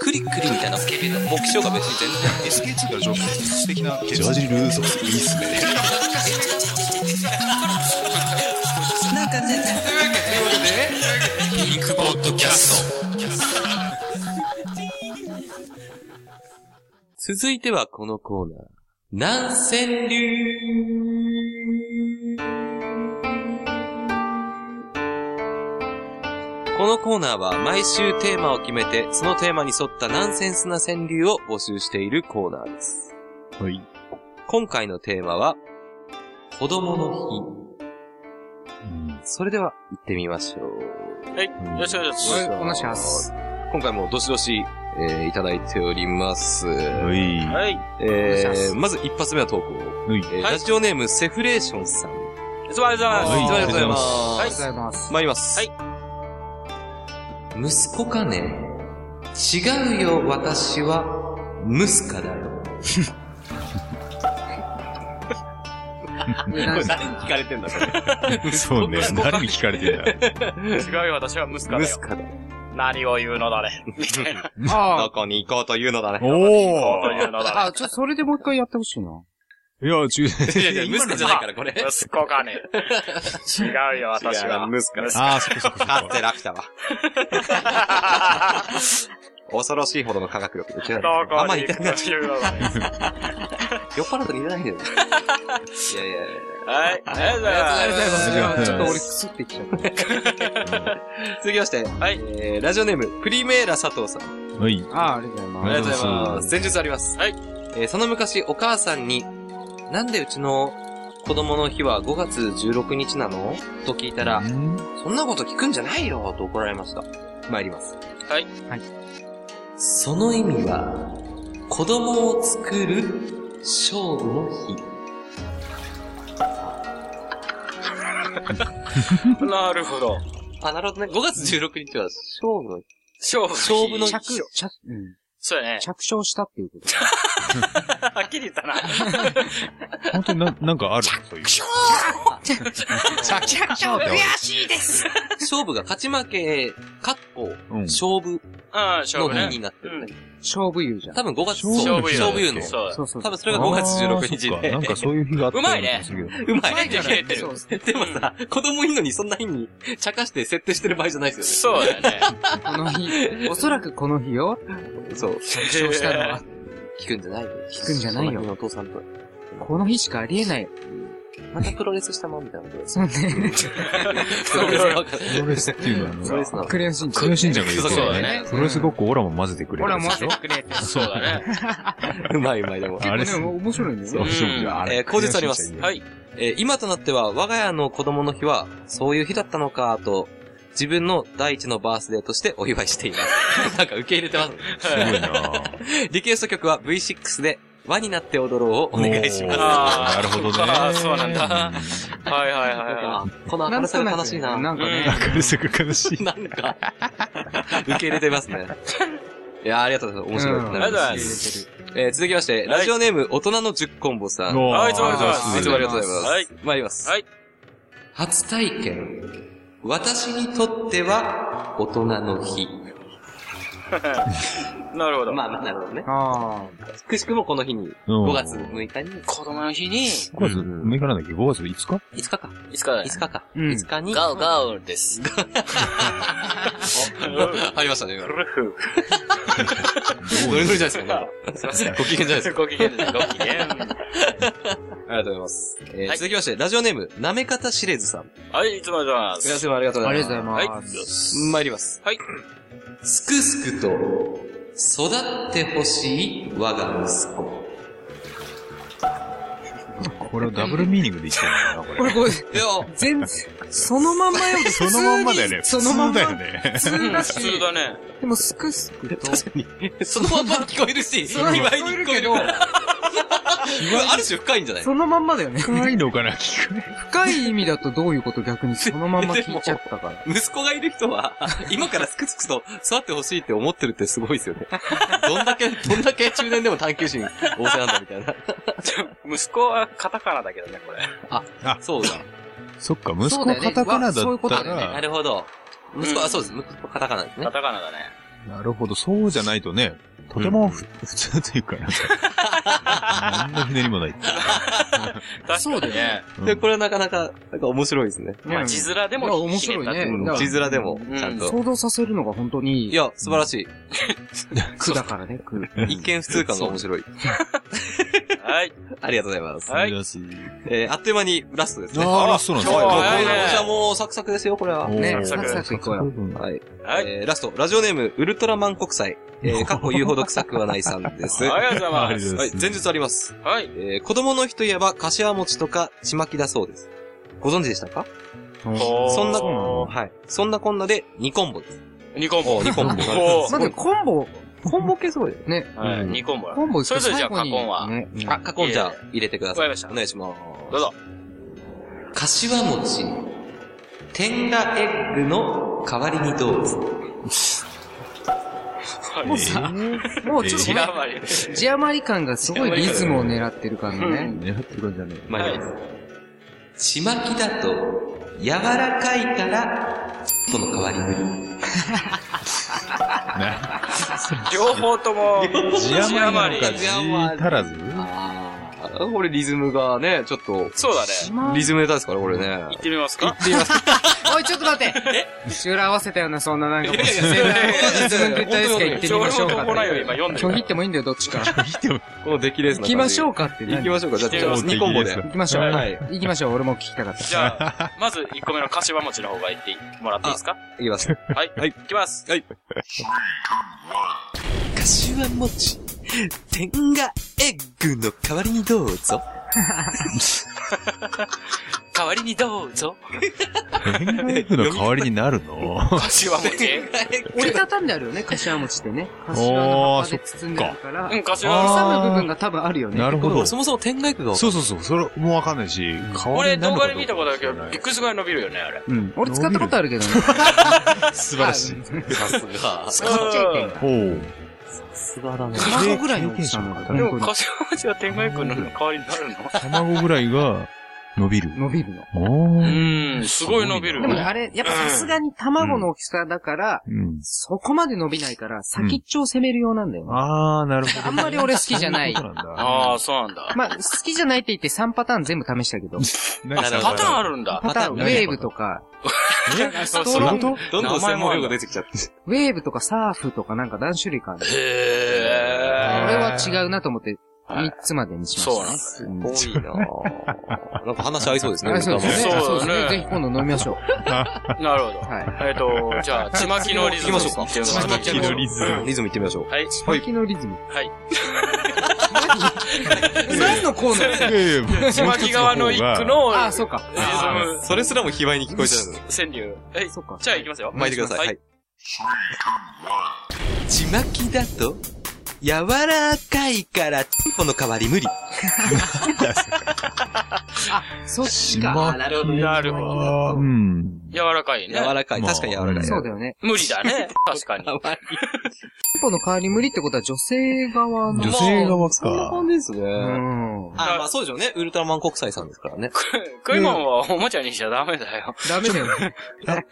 C: クリックリみたいな、目標が別に全然。
E: SK2 から上質的なジャージルーズいいっすね。
C: なんか全然。続いてはこのコーナー。南千流このコーナーは毎週テーマを決めて、そのテーマに沿ったナンセンスな川柳を募集しているコーナーです。
E: はい。
C: 今回のテーマは、子供の日。それでは、行ってみましょう。
F: よろしくお願いし
D: はい、お願いします。
C: 今回もどしどし、えーいただいております。
E: は
F: ます。
E: い。
F: はい。
C: えー、まず一発目の投稿。
E: はい。
C: えー
F: はい
C: ラジオネーム、セフレーションさん。
F: お疲れ様
E: はい
F: です。
C: ありがとうございま
D: あ
C: す。
D: りがとうございます。
C: 参ります。
F: はい
C: 息子かね違うよ、私は、ムスカだよ。
D: なんか
C: 聞かれてんだ、こ
E: (laughs) そうね。誰に聞かれてんだ。
F: 違うよ、私は息子
C: ム
F: だ
C: ス
F: よ。
C: カだよ。
F: 何を言うのだね。みたいな。
D: あ
G: どこに行こうというのだね。
E: お
F: 何を言うのだ
D: あ、あ、ちょ、それでもう一回やってほしいな。
E: ーいや、中
C: いやいや、ムスカじゃないから、これ
F: ね。。息子かね。違うよ、私は。
G: ムスカです。
E: ああ、そっかそっかそっ
G: 勝
E: か
G: っ。てラピュ
F: (laughs)
G: タは。恐ろしいほどの科学力できない。
F: どこに
C: あんまり痛くなっ
F: ちゃう。は
C: 酔っ払ったらいないんだ
F: (laughs)
C: よね。いやいやいや。
F: い。ありがとうございます。
E: ありがとうございます
D: ちょっと俺くすってきちゃった。
C: 続きまして、
F: はい
C: えー、ラジオネーム、プリメーラ佐藤さん。
E: はい。
D: あ、ありがとうござ
C: あ
D: いま
C: りがとう
D: す。
C: ございます。前述あります。
F: はい。
C: えー、その昔、お母さんに、なんでうちの子供の日は5月16日なのと聞いたら、そんなこと聞くんじゃないよと怒られました。参ります。
F: はい。
D: はい。
C: その意味は、子供を作る勝負の日。
F: なるほど。
C: あ、なるほどね。5月16日は勝負の日。
F: 勝負
C: 勝負の日
F: 日。
D: 着、着、うん。
F: そうやね。
D: 着床したっていうこと。
F: はっきり言ったな。
E: 本当にな、なんかあるそういう。
C: 勝負が勝ち負け、かっこ、
E: うん。
C: 勝負
F: うん、勝負
C: の日
F: ね。
C: になってるね。
D: 勝負言うじゃん。
C: 多分5月、
E: 勝
F: 勝負
C: 勝負言う
F: 湯
C: の。
F: そうだ。
D: そうそう。
C: 多分それが5月16日
E: あーそっか
C: で。
E: なんかそういう日があったよな
F: うまいね
E: 気がするけど
C: うまい。
F: できれてる
D: そう。
C: (laughs) でもさ、子供いんのにそんな日に茶化して設定してる場合じゃないです
F: そうだよね。
D: この日、おそらくこの日
C: よ
D: よ、
C: ね。そう。
D: 着床したのは、
C: 聞くんじゃないよ。
D: 聞くんじゃないよ
C: その日のお父さんと。
D: この日しかありえない。
C: またプロレスしたもんみ (laughs) たいなことです。
D: そうね。
C: プロレスわかんない
E: プロレスっていうのはあの、
C: プロレスなの。
D: クレヨンしんちゃん。
E: クレヨンしんちゃんが言って
F: そう
E: た
F: だ
E: よね
F: ね。
E: プロレスごっこオラも混ぜてくれ
D: ほ
E: る
D: ら、
E: やつ
D: 待
E: で
D: っ
E: しょ
D: てくれて。
F: そうだね。
C: うまいうまいでも。
E: あれ
D: 結構ね、面白いね。
E: そう勝負
F: うん
E: いやあれ
C: えー口実あります
E: クレヨ
F: は
E: ンしんち
F: い。
C: えー今となっては、我が家の子供の日は、そういう日だったのか、と、自分の第一のバースデーとしてお祝いしてい (laughs) ます。なんか受け入れてます。
E: ゃんすごいな
C: リクエスト曲は V6 で、輪になって踊ろうをお願いします。
E: なるほどね。
F: あーそうなんだ
E: う。
F: はいはいはい
C: な
F: は
C: んかこの明るさが楽しいな。
D: なんかね、
E: 明るさが悲しい。
C: なんか、受け入れてます (laughs) ね。いやーありがとうございます。面白い。
D: うん
F: あ
C: なるほど
F: りがとうございま
C: えー続きまして、ラジオネーム、大人の十コンボさん。
E: おー
F: あいつもあいつも
E: そう
C: い
E: で
C: つ
E: す
C: もあ
E: ね
C: りがとうございます。
F: はい。
C: 参ります。
F: はい。
C: 初体験。私にとっては、大人の日。
F: い。なるほど。
C: まあまあ、なるほどね。
D: あ
C: くしくもこの日に、
E: うん
C: 5月6日に、
F: 子供の日に、
E: 5月6日なんだっけ ?5 月5日
C: 5日か。
F: いつかだ
C: 5日か。
D: うん
C: 5日に。
F: ガオガオです。
C: (laughs) ありましたね、今。
F: ルフ。
C: ノリノリじゃないですか、なんかすいません。ご機嫌じゃないですか。
F: (laughs) ご機嫌です。ご機嫌。
C: ありがとうございます。えー
F: はい
C: 続きまして、ラジオネーム、なめかたしれずさん。
F: はい、いつもありがとうござい
C: 皆
F: ます。
C: 様ありがとう
D: あ。
C: ご
D: あ
C: ざい
D: りが
C: ます
D: と。うございます。
C: 参ります。
F: はい。
C: すくすくと、育ってほしい我が息子。
E: これはダブルミーニングで言ってるんだな、こ
D: こ (laughs)
E: れ
D: れ。こ
C: い
D: れ、
C: や、
D: 全然、そのまんまよ。
E: (laughs) そのまんまだよね。
D: 普通にそのまんま
E: 普通だよね。
D: 普
F: う
D: 通
F: ん
D: だ
F: 普
D: し、
F: 通だね。
D: でもすくすくと。
C: (laughs) そのまんま聞こえるし、
D: そのまんま
C: 意外に聞こえる。ある種深いんじゃない
D: そのまんまだよね。
E: 深いのかな、聞く。
D: 深い意味だとどういうこと逆にそのまんま聞いちゃっ
C: (laughs)
D: たから。
C: 息子がいる人は、今からすくすくと育ってほしいって思ってるってすごいですよ (laughs) ね。どんだけ、どんだけ中年でも探求心旺盛なんだみたいな。
F: 息子はカタカナだけどね、これ。
C: そうだ。
E: そっか、息
D: そうだ
E: 子が
D: よね
E: カタカナだ
D: そういう
E: っ
D: こと
E: た
D: だよね
E: ら
C: な、るほど。息子は、そうです。息子はカタカナですね
F: カ。タカナだね。
E: なるほど、そうじゃないとね、とてもふ、普通というか、なんか何のひねりもない。
F: そうだね。
E: うん
C: で、これはなかなか、なんか面白いですね。
F: まあ、字面で
D: いや
F: も
D: 面
F: ひね
D: 白
F: っ
D: い
F: たって
D: ね。
C: うん
D: だから
C: 地面でも、ちゃんと。
D: 想像させるのが本当に
C: い、や、素晴らし
D: 苦だからね、苦。
C: い。一見普通感が面白い。
F: はい。
C: ありがとうございます。
F: はい
E: ありがとうございます
C: えー、あっという間にラストですね。
E: あーラストなんですね
C: はいもう、
F: はい
C: こちらもうサクサクですよ、これは。
D: ね、
E: おー
D: サクサクいこうよ。
C: はい。
F: はい。
C: えー、ラスト、ラジオネーム、ウルトラマン国際。え
F: (laughs)
C: ー、過去言うほど臭くはないさんです。
F: あ
C: はい。
F: りがとうございま
E: ありがとうございます
F: す。
C: 前日あります。
F: はい。
C: えー、子供の日といえば、柏餅とか、ちまきだそうです。ご存知でしたかそんな、はい。そんなこんなで、ニコンボです。
F: 2コンボ。2
C: コンボ
F: ボ
D: まあでもコンボ、コンボ系すごいよね。
F: はい、2コンボだ。
D: コンボ
F: それぞれじゃあ、カコンは。
D: ね、
C: あ、過去じゃあ、入れてくだ
F: わ
C: さ
F: か
C: い。
F: りました
C: お。願いします。
F: どうぞ。
C: 柏餅、天下エッグの代わりにどうぞ。
D: もうさ、もうちょっと
F: 字
D: ね、
F: 余り。
D: 字余り感がすごいリズムを狙ってる感じね。
E: 狙ってるんじゃねえ。
C: 参ります。ちまきだと、柔らかいから、との代わりに。
F: 両方とも、
E: 字
F: 字
E: 余
F: 余
E: り
F: り
E: なのか、。字足らず
C: ああ、これリズムがね、ちょっと、
F: そうだね。
C: リズムネタですから、これね。
F: 行ってみますか
D: おい、ちょっと待ってシューラー合わせたような、そんななんかもう、自然なリズム絶対ですか行ってみましょうか
F: 情報もないよ、今読んでるか
D: 拒
F: ら。
D: 否ってもいいんだよ、 (laughs) どっちか。
C: この出来レース
D: 行きましょ
C: う。
D: うかって
C: 行
D: 何
C: きましょうか。じゃあ、じゃあ、
E: 行きましょう
C: 2コンボで。
E: 行
D: 行きましょう。
C: はい
D: 行きましょう。俺も聞きたかった。
F: じゃあ、まず1個目の柏餅の方が行ってもらっていいですか
C: いきます。
F: はい。
C: はい
F: 行きます。
C: はい。柏餅、天がエッグの代わりにどうぞ。 (laughs)
F: 代わりにどうぞ。
E: 変化エッグの代わりになるの (laughs)
F: 柏餅。
D: 折りたたんであるよね、柏餅ってね。柏の葉っぱで包んであるから。
F: うん、
D: 挟
F: 柏
E: あ
F: 餅。
D: む部分が多分あるよね。
E: なるほど。
C: そ
E: そ
C: もそも天がエッグが
E: うそうそう、それもわかんないし、代わり
F: 俺、
E: にな
F: 動
E: るの
F: 画
E: かどう
F: で
E: か
F: 見たことあるけど、びっくりするぐらい伸びるよね、あれ。
E: うん
D: 俺使ったことあるけどね。
E: 素晴らしい。
C: さすが。
D: 使っちゃいけん
E: おお。
D: 卵ぐらいの大きさなんだから
F: で
D: 本
F: も、
D: 当に
F: 柏餅は天外君の代わりになるの
E: 卵ぐらいが伸びる。
D: 伸びるの。
E: おー
F: うん、すごい伸びる
D: で。もあれ、やっぱさすがに卵の大きさだから、
E: うん。
D: そこまで伸びないから、先っちょを攻めるようなんだよね。
E: あー、なるほど。
D: あんまり俺好きじゃない
E: そううことなんだ。
F: ああ、そうなんだ。
D: まあ、好きじゃないって言って3パターン全部試したけど。
E: なんかさ
F: パターンあるんだ。
D: パターン、ウ
E: パターン
D: ェーブとか、
F: えそう
D: ストロン
F: そう
C: どんどん専門用語出てきちゃって。
D: ウェーブとかサーフとかなんか何種類かある。
F: へ
D: 俺は違うなと思って、
F: はい
D: 3つまでにしま
F: そうなん
D: し
F: だ
D: た。。
C: 多いなぁなんか話合いそうですね。
D: あそうですね。
F: そう
D: そ
F: だ
D: う
F: ね
D: ですね。ぜひ今度飲みましょう。
F: なるほど。
D: は
F: えっと、じゃあ、ちまきのリズム。
C: 行きましょうか
F: っていうのが
D: ちまきのリズ
C: リズムいってみましょう。
F: はい。
D: い。先のリズム。
F: はい。
D: (laughs) 何のコーナー
E: いやいやもう
F: ちまき側の一句の
D: あ、そうか。
F: リズム
C: それすらも卑猥に聞こえちゃう。
F: 川柳。はい。
D: そうか。
F: じゃあ、行きますよ。
C: 巻いてください。はい。ちまきだと、柔らかいから、ちんぽの代わり無理。
D: そっち
E: ま
D: か。
F: なるほど。
E: (laughs)
F: なるほど。
E: あーうん。
F: 柔らかい
C: 柔
F: ね。
C: らかい。
E: まあ
C: 確かに柔らかい。
D: そうだよね。
F: 無理だね。確
C: (laughs)
F: かに。
C: あま
D: 一歩の代わり無理ってことは女性側の。
E: 女性側
C: りな
E: か。
C: 感じですね。
D: うん。
C: あ、まあそうでしょうね。ウルトラマン国際さんですからね。
F: 食い物はおもちゃにしちゃダメだよ。
D: ダメだよね。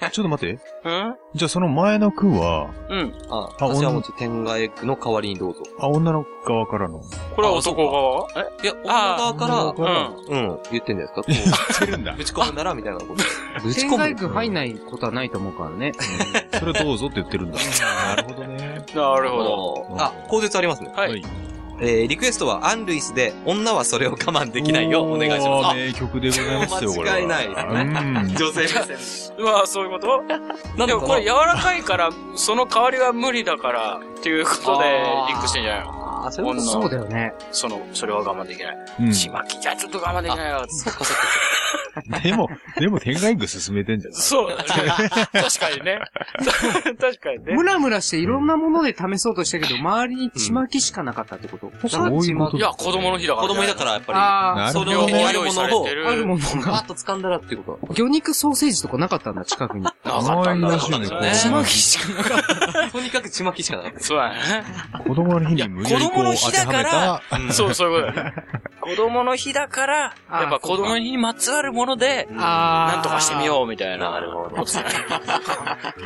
E: あちょっと待って。
F: うん
E: じゃあその前の句は、
F: うん。
C: あ、柏餅天外エッグの代わりにどうぞ。
E: あ、女の側からの。
F: これは男側
C: いや、女側か
F: え
E: (laughs)
F: うん。
C: ら、うん、言ってんじゃないですか。こ
E: してるんだ
C: う。ぶち込むなら、みたいなこと。ぶち込
D: 天外
C: む。
D: 区入んないことはないと思うからね。
E: それどうぞって言ってるんだ。なるほどね。
F: なるほど。
E: ど
C: あ、口述ありますね。
F: はい。。
C: えー、リクエストはアンルイスで、女はそれを我慢できないよ、お願いし
E: お
C: ま
E: ー名曲でございま
F: (laughs)
E: すよ、これは。
C: 間違いないです
E: うん
C: す。。女性目線。
F: うわそういうこと
C: なん
F: で
C: で
F: もこれ柔らかいから、その代わりは無理だから、っていうことで
C: あー
F: リンクしてんじゃないの
C: あー、そういうこと
F: 女
D: そうだよね。
F: その、それは我慢できない。
E: うん
F: ちまきじゃちょっと我慢できないわ。
C: そっかそっか。
E: でも、でも天外具進めてんじゃない
F: そうだね。確かにね。 (laughs) 確かにね
D: ム。ラムラしていろんなもので試そうとしたけど、周りにちまきしかなかったってこと他
E: そう
D: は
E: いう
D: ちまき
E: こと
F: いや、子供の日だから。
C: 子供だから、やっぱ
D: あ
E: な
C: り、
E: るほ
C: そ
E: ど
C: れを
F: 両方
C: あるものを、
D: あ、あるもの
C: ガー
D: が。
C: ッと掴んだらっていうこと。
D: 魚肉ソーセージとかなかったんだ、近くに。
F: なかったんだ。
E: 可愛
F: な
E: らし
F: か
E: い
F: っ
E: ね
F: たんですよね。
E: ちまき
F: しかなかっ。
C: とにかくちまきしかなかった
F: そうだね。
E: 子供の日に無理やりこう当てはめた。
F: そう、そういうことだね。子子供の日だから、
D: あ
F: やっぱ子供の日にまつわるもので、
D: (laughs) あー
F: なんとかしてみようみたいな。
C: (laughs) なるほど。 (laughs)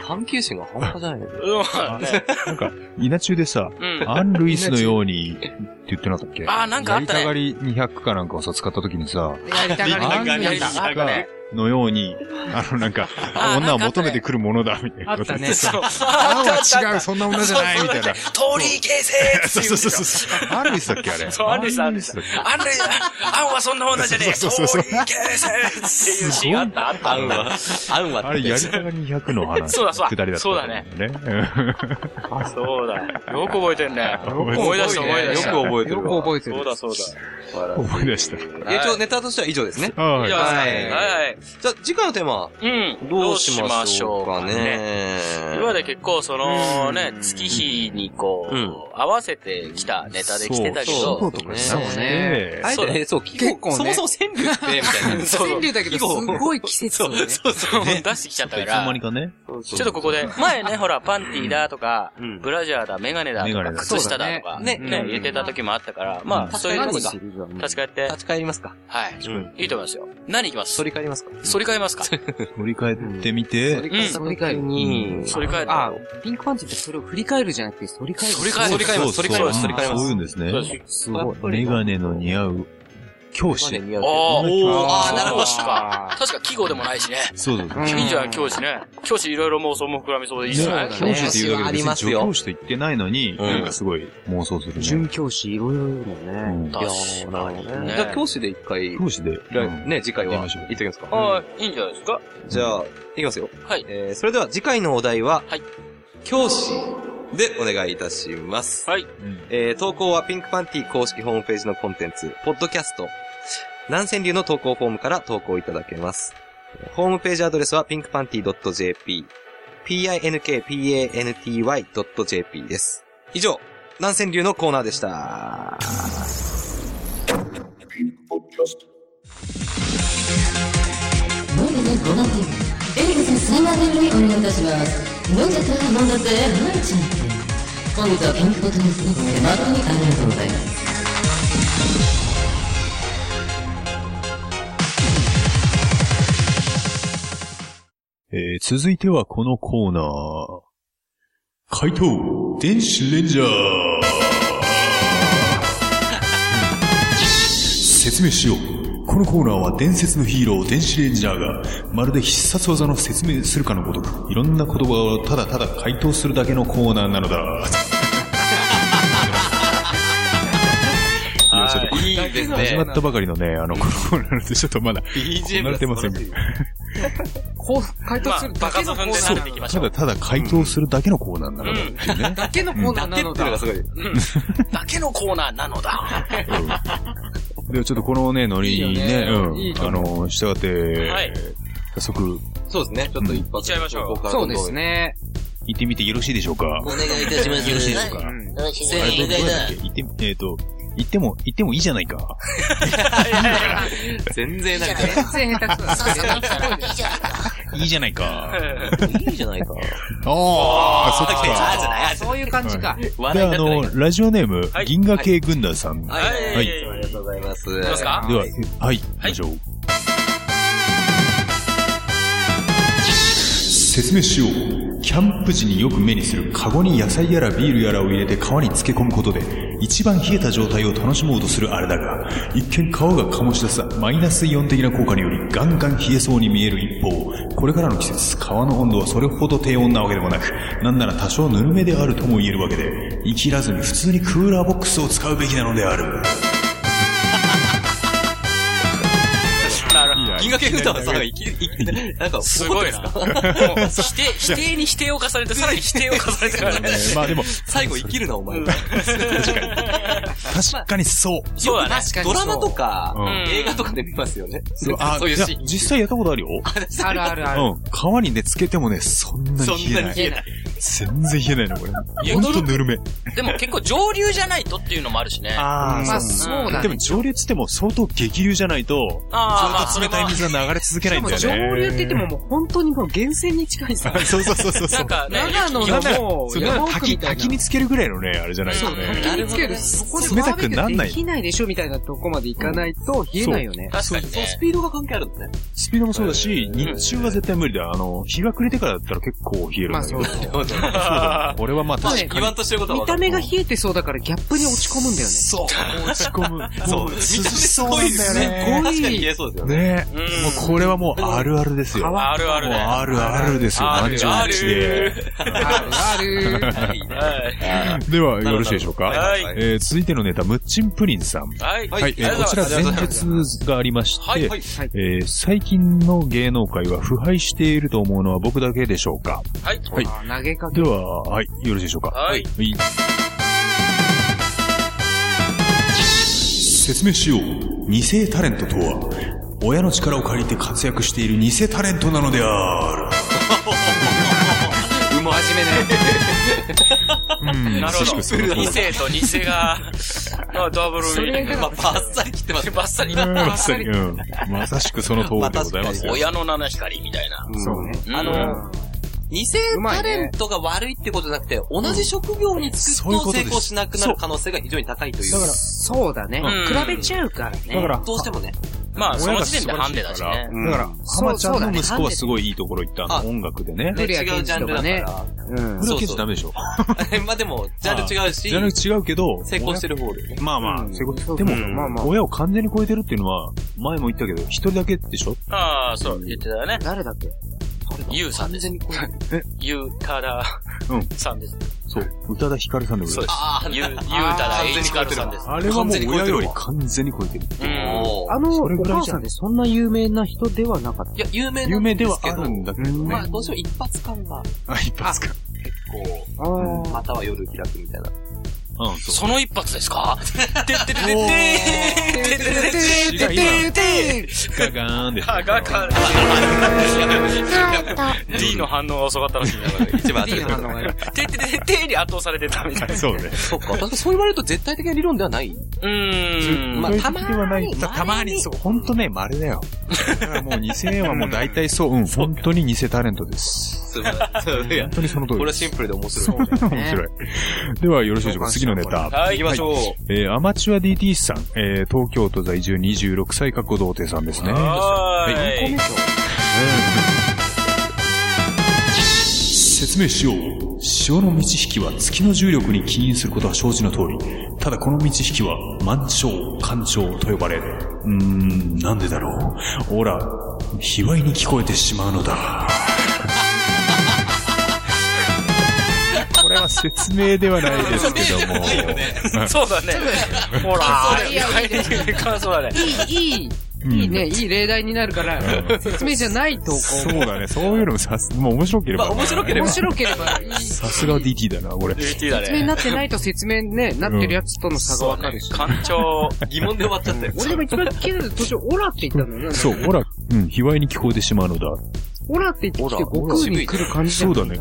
C: 探求心が半端じゃないね。
F: うんね
E: なんか、稲中でさ、
F: うん。
E: アン・ルイスのようにって言ってなかったっけ
F: あーなんかあったね
E: やりたがり200かなんかをさ、使った時にさ、
D: やりたがり
E: やり
F: たがり
E: がのように、あのなんか、
F: あー
E: 女は求めてくるものだ、みたいなこと
D: あった
E: で
D: ね
E: さ。
F: そう。
E: あ
F: あったあ
E: ー
F: った
E: は違う、そんな女じゃない、みたいな。
F: 通り形成って
E: そう
F: い
E: そううん
F: で
E: そう
F: しょ。
E: そう。アン・ルイスだっけあれ。
F: そうアンルイスアンルイス
E: アンだっ
F: あんれ、あんはそんな女じゃねえ。
E: そ
F: 通
E: うそうそうそう
F: り形成っていうシーンあったあった。
C: (laughs) 合うわ。合うわ
E: けあれ、やりたがり200の (laughs) 話。
F: そうだそうだ
E: 下りだったと思んよね。
F: そうだ。よく覚えてんね。
E: うん
F: 思い出した思い出
C: よ
F: し
C: く
F: た。
C: 覚えて
D: よ
C: る
D: く
C: わ。
D: 覚えてる。
F: そうだそう
E: (laughs) 思い出した。
F: だ。
C: え、一応ネタとしては以上ですね。
E: あーはい
F: 以上ですね
C: は
F: はいいはい。
C: じゃあ、次回のテーマ、
F: うん。
C: どうしましょうか
F: どしましょうかね
C: ね。
F: 今まで結構そのね
C: う、ん
F: 月日にこう、
C: うん
F: 合わせてきたネタで来てたけ
C: そうそ
F: ど、
C: う
E: とか
C: そうね
E: ね
C: あえてね、そう、結
D: 結構ね
C: そもそも川柳 (laughs) って、みたいな。
F: そう
D: 川柳だけど、すごい季節をね。
C: そうそう。
F: 出してきちゃったか
E: いつの間
F: ら
E: に、かね。
F: ちょっとここで、前ね、ほら、パンティーだとか、
C: うん
F: ブラジャーだ、メガネだ
E: メ
F: と
E: ガネ
F: か、
E: だ
F: 靴下だとか、ね、
C: ね
D: うん
F: ね、入れてた時もあったから、まあ、そういうとこに
C: 立
F: 立ち返って、
C: ち返りますか
F: はい。
C: うん。
F: いいと思いますよ。何いきます
C: 反り返りますか
F: 反り返りますか
E: 振り返ってみて、
F: うん
D: 反り返る。
C: に
F: 反り返る。
D: あ、ピンクパンチってそれを振り返るじゃなくて、反り返る。
F: 反り返る。
C: 返ります
E: そう
C: 反り返ります
E: そう
C: 反り返ります
E: そういうんですね。
D: すごい。
E: メガネの似合う教師。
C: 似合う
F: ああ、あ
C: あ
F: あ、
C: ー
F: なるほど。
C: あ
F: 確か、確か季語でもないしね。
E: そうそう。
D: うん
F: いいんじゃない教師ね。教師いろいろ妄想も膨らみそうでいいじゃない
E: ね
C: そうだ
E: 教
C: ね
E: 師って言うだけで別に助教師と言ってないのに、
C: うん
E: なんかすごい妄想するね。
D: 準教師いろいろいるもんね。
E: うん
C: いや
F: 確かに
C: ー
F: ね
C: じゃあ、教師で一回、
E: 教師で。うん
C: ね、次回は、
E: やり
C: 行っ
E: ましょう
C: てきますか。
F: はい、いいんじゃないですか
C: じゃあ、いきますよ。
F: はい
C: えー、それでは次回のお題は、
F: はい
C: 教師でお願いいたします。
F: はい。
C: えー、投稿はピンクパンティ公式ホームページのコンテンツ、ポッドキャスト、南川流の投稿フォームから投稿いただけます。ホームページアドレスは pinkpanty.jp、pinkpanty.jp です。以上、南川流のコーナーでした。
H: 飲んでね、ごなんて。エリカさん、サイマーベルにお願いいたします。飲んじゃったら飲んだぜ、飲んちゃって。本日はピンクボトルスにて、誠にありがとうございます。
E: えー続いてはこのコーナー。怪盗電子レンジャー (laughs) 説明しよう。このコーナーは伝説のヒーロー、電子レンジャーが、まるで必殺技の説明するかのごとく、いろんな言葉をただただ回答するだけのコーナーなのだ。いやちょっとこれ
C: いいです
E: 始まったばかりのね、あの、このコーナーなんでちょっとまだ、 (laughs)
C: BGM
E: 慣れてませんけど。
D: こう、回答するだけのコ
F: まあバカゾ踏ん
D: ーナーな
F: で
D: の
F: な
E: ただただ回答するだけのコーナーなのだっていうね。
D: だけのコーナーな
C: っ
D: の
C: ていうの
D: だ
C: が。すごい。
F: だけのコーナーなのだ。
E: で、ちょっとこのね、ノリに
D: いいよ
E: ね、
D: ね
E: うん
D: いいと
E: あの、従って、
F: はい
E: 早速、
C: そうですね。ちょっと一発。
F: 行っちゃいましょう
C: ここから
D: そ
C: ど
D: うんで
C: どん
D: す。ね。
E: 行ってみてよろしいでしょうか
H: お願いいたします。よろしいでしょうか。
D: うん
H: せ
E: あれ、ど、
H: ー
E: どうだっけ
H: の、
E: 行って、えっと、行っても、行ってもいいじゃないか。
C: 全然なんか、
D: 全然下手くそだ。
H: さっさと行ったらいいじゃないか。
E: いいじゃないか。
C: いいじゃないか。
E: ああ、そっ
C: あ
E: か。
C: ーじゃない。
D: そういう感じか。
E: で、
C: 笑い
E: あ
C: だったね。
E: の、ラジオネーム
F: はい、
E: 銀河系軍団さん。では、
F: はい。
E: は
F: はいい。
C: ありがとうございます。
F: きますか
E: はい、はい行きましょう。説明しよう。キャンプ時によく目にするカゴに野菜やらビールやらを入れて皮に漬け込むことで一番冷えた状態を楽しもうとするあれだが一見皮が醸し出すマイナスイオン的な効果によりガンガン冷えそうに見える一方これからの季節皮の温度はそれほど低温なわけでもなくなんなら多少ぬるめであるとも言えるわけで生きらずに普通にクーラーボックスを使うべきなのである
F: なるほど。
C: 銀河系歌はさ、いき、いき、なんか、
F: すごいな。もう否定、否定に否定を重ねて、さらに否定を重ねてからね。
E: まあでも
C: 最後生きるな、お前。
E: 確かにそう
F: そうだね。
D: 確かにそ
C: ド
D: う。
C: ラマとか、
E: うん
C: 映画とかで見ますよね。そう
E: あ
C: そういうシ
E: い
C: ー
E: や
C: ン。
E: 実際やったことあるよ。
D: あるあるある。
E: うん。川にね、つけてもね、そんなに冷えない。
D: えない。
E: 全然冷えないの、こ
F: い
E: れ。
F: や
E: ほんとぬるめ。
F: でも結構上流じゃないとっていうのもあるしね。
E: あ
D: まあ、そうだ
E: で
D: ね。
E: も上流っつっても相当激流じゃないと、
F: ああ、まあ
E: ず
F: そ
E: っと
F: れ
E: 冷たい
F: も。
E: 水が流れ続けないんだよね。
D: しかも上流って言ってももう本当にもう源泉に近いさ。
E: そうそうそうそう。
F: なんかね、
D: 長野
E: なんなら
D: のも、
E: そううなん
D: 山
E: か
D: 奥み
E: 滝、
D: たいな。
E: 滝につけるぐらいのね、あれじゃないです
D: そう、
E: かね。
D: 滝につける、そこ
E: 冷たくなんない
D: できないでしょみたいなとこまで行かないと冷えないよね。
C: 確かにね。スピードが関係あるんですね。
E: スピードもそうだし、日中は絶対無理だよ。あの、日が暮れてからだったら結構冷えるんだけ
D: まあ
E: ど。(laughs) そう
D: そう
E: だ俺はまあ確かに。
C: 言わんとしてることは
D: 見
C: 分か
D: た
C: る。
D: 目が冷えてそうだからギャップに落ち込むんだよね。
E: そう。落ち
F: (laughs)
E: 込む。そう。涼しそう
C: 濃
E: ないん
C: で
E: だ
C: す
E: よ
C: ね。確
E: ね。
C: かに言えそうですよね。
E: ねえ。
F: うん
E: もうこれはもうあるあるですよ。もう
F: あるあるね。
E: あるあるですよ。
F: あるある
E: 満場一致で。
D: あるある。
F: は
E: では、よろしいでしょうか。
F: はい
E: えー続いてのネタ、ムッチンプリンさん。
F: い。
E: はい、
F: あり
E: えー
F: がとう
E: こ
F: ご
E: ち
F: ざい
E: ら
F: ます
E: 前述がありまして、
F: はいはい
D: はい。
E: えー最近の芸能界は腐敗していると思うのは僕だけでしょうか
F: はい。
E: はい
D: あー投げかけ
E: では、はい、よろしいでしょうか。
F: はい
E: 説明しよう。二世タレントとは、親の力を借りて活躍している二世タレントなのである。
D: 真面目な。
E: うん
F: なるほど。
E: 久しくその通り
F: 2世と2世が、まあ、ダブルミーニング。まあ、バッサリ切ってます。 (laughs) バッサリ。
E: うんまさに、うんまさしくその通りでございますよ。
F: 親の七光みたいな。
D: そうね。
C: あの、偽タレントが悪いってことじゃなくて、同じ職業に就
E: そういう
C: く
E: ことと
C: 成
E: です
C: 功しなくなる可能性が非常に高いという。
D: だから、そうだね。
F: うん
D: 比べちゃうからね。
E: だから、
C: どうしてもね。
F: まあ、その時点でハンデだしね。
E: だから、浜ちゃんの息子はすごいいいところ行った
C: あ
E: の、音楽でね。
C: ね
D: 古谷
C: 違うジャンルだか
D: うん。
E: それだけじゃダメでしょ。
C: ら。まあでも、ジャンル違うし
E: じ、ゃなく違うけど、
C: 成功してる方でね。
E: まあまあ、
D: うん
E: 成功
D: そう
E: でも、
D: うんまあまあ
E: 親を完全に超えてるっていうのは、前も言ったけど、一人だけでしょ
F: ああ、そう、言ってたよね。
D: 誰だっけ
F: ゆうさんです。ゆうただ
E: うん
F: さんです。
E: そう。宇多田ヒカルさんでございます。
C: ああ、
F: ゆうゆうただエイチカルさんです。
E: あれはもう親より完全に超えてる。
F: うん。
C: おー
D: あの、
E: それ
D: お
E: ぐらい
D: 母
E: じゃん
D: さんでそんな有名な人ではなかった。
C: いや、有名
E: 有
C: なん
E: 名で
C: で
E: は
C: すけ
E: あ
C: ど
E: る、んだけど
C: まあ
E: ね。
C: どうしても一発感が
E: あ、一発か。
C: 結構、
D: あー
C: または夜開くみたいな。
E: うん、そう。
F: その一発ですかてってててててててて
E: ガガー (laughs) ンで。
F: あ、がか、
A: ハー
F: D の反応が遅かったらしいんだから。
C: 一番当た
D: いい
C: り
D: な
C: 前
D: あの
F: てっててててに圧倒されてたみたいな。
E: そうね。
C: そっか、確かにそう言われると絶対的な理論ではない。
F: うーん。
C: まあたまーに
E: ではない。たたまに、そう。ほんとね、稀 (laughs) だよ。だからもう2000はもう大体そう。うん、本当に偽タレントです。
C: すごい。いや
E: 本当にその通
C: これは
E: りです。
C: シンプルで面白い。
E: 面白い。では、よろしいでしょうか。次のネタ。
F: はい、行きましょう。
E: えーアマチュア DT さん、えー東京都在住26歳過去童貞さんですね。
F: は
E: はい
F: ーい。
E: 説明しよう。潮の満ち引きは月の重力に起因することは承知の通り。ただこの満ち引きは満潮、干潮と呼ばれ、うーん、なんでだろう。オラ、卑猥に聞こえてしまうのだ。 (laughs) これは説明ではないですけど
F: (laughs)
E: も。
F: そうだね。ほら。感想だね。
D: いい、いい、いいね、いい例題になる
E: (laughs)
D: から、説明じゃない投稿。
E: そうだね。そういうのもさす、もう面白ければ。
C: まあ面白ければ
D: 面白ければいい。
E: さすが DT だな、これ。
F: DT だ
D: 説明に
F: ね。
D: なってないと説明ね、なってるやつとの差がわかるし。
F: 感情。
C: 疑問で終わっちゃったよ。
D: (laughs) 俺でも一番聞いた途中、オラって言ったのよ。
E: そう、ほら、うん、卑猥に聞こえてしまうのだ。
D: オラって言ってきて、悟空に来る感じだ
E: そ
D: よ
E: うだね。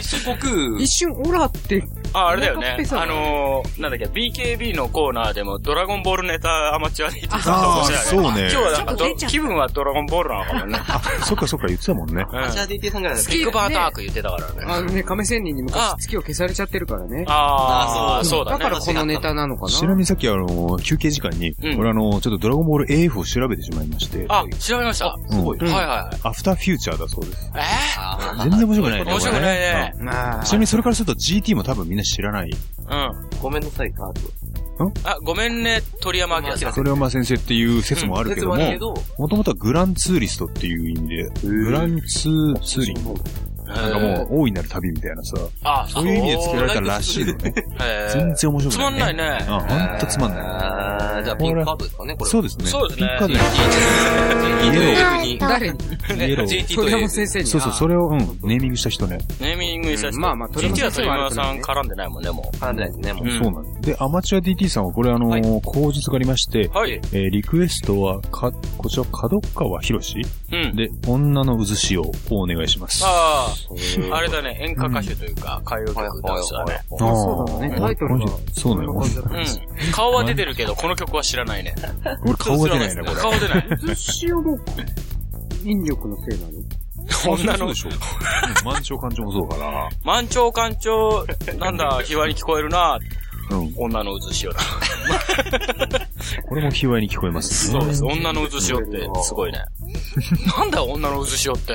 C: 一瞬僕、
D: 一瞬、オラって、
F: あ、あれだよね。あのー、なんだっけ、BKB のコーナーでも、ドラゴンボールネタアマチュアで言ってた
E: ああ、そう
F: 今
E: ね
F: 日。はなんかど、気分はドラゴンボールなのかもね。
E: そっかそっか言ってたもんね。
C: アジャー DT さんぐらいです
D: 好き
F: ビッグバーターク言ってたからね。
D: あのね、亀仙人に昔月を消されちゃってるからね。
F: ああ、そうだ
D: だ
F: ね。
D: からこのネタなのか
E: ちな
D: な。
E: みにさっきあの、休憩時間に、
F: うん
E: 俺あの、ちょっとドラゴンボール AF を調べてしまいまして、
F: あ、調べました。は
E: うん
F: いはい。
E: アフターフューチャーだそうです。
F: え
E: 全然面白くないね。
F: 面白くないね
E: これ
D: ま
E: うん
D: あ
E: ちなみにそれからすると GT も多分みんな知らない。
F: ーうん。
C: ごめんなさい、カード。
F: あ、ごめんね、鳥山明さん。
E: それはまあ先生っていう説もあるけ
C: 説
E: ど
C: は
E: も
C: あるけ、ど、
E: もともとはグランツーリストっていう意味で、グランツー、ツーリング。なんかもう、大いなる旅みたいなさ、
F: あ、
E: そういう意味で付けられたらしいのね。
F: へー
E: 全然面白くない、ね。
F: つまんないね
E: うん、ほんとつまんない。
C: あーじゃあピンクカードですかね、これ。
E: そう
C: で
E: ですね。
F: そうですね
E: ピンク
A: ト
C: イエに。
D: 誰に
E: カードイ
F: (laughs)
E: エロー。
C: JT と
D: 鳥
C: エ
D: 山
C: ー
D: 先生に。
E: そうそう、それを、うん、ネーミングした人ね。
F: ネーミングにさせて。
D: うんまあまあ鳥山
F: TT は
D: 先
F: 鳥
D: 生
F: 山
D: は
F: さん絡んでないもんね、も
C: 絡んでないですね、もう。
F: ん
E: そうなんで、アマチュア DT さんは、これ、あのー
C: はい
E: 口述がありまして
F: う。、はい。
E: えーリクエストは、か、こちら、角川博士
F: うん。
E: で、女の渦潮をお願いします。
F: ああ、あれだね、演歌歌手というか、歌謡曲歌手だね。
E: あー、
D: そうだねタイトルが
E: そうなのよ。
F: うん。顔は出てるけど、この曲は知らないね。
E: 俺、 (laughs) 顔が出ないね、これ。
F: 顔出ない。
D: 寿司をも、引力のせいなの
F: 女の
E: あそうでしょ。うん満潮感情もそうだから。
F: 満潮干潮、なんだ、ひわに聞こえるな。
E: うん。
F: 女の写しよだ。
E: これも卑猥に聞こえますね。
F: そうです。女の写しよって、すごいね。なんだよ、女の写しよって。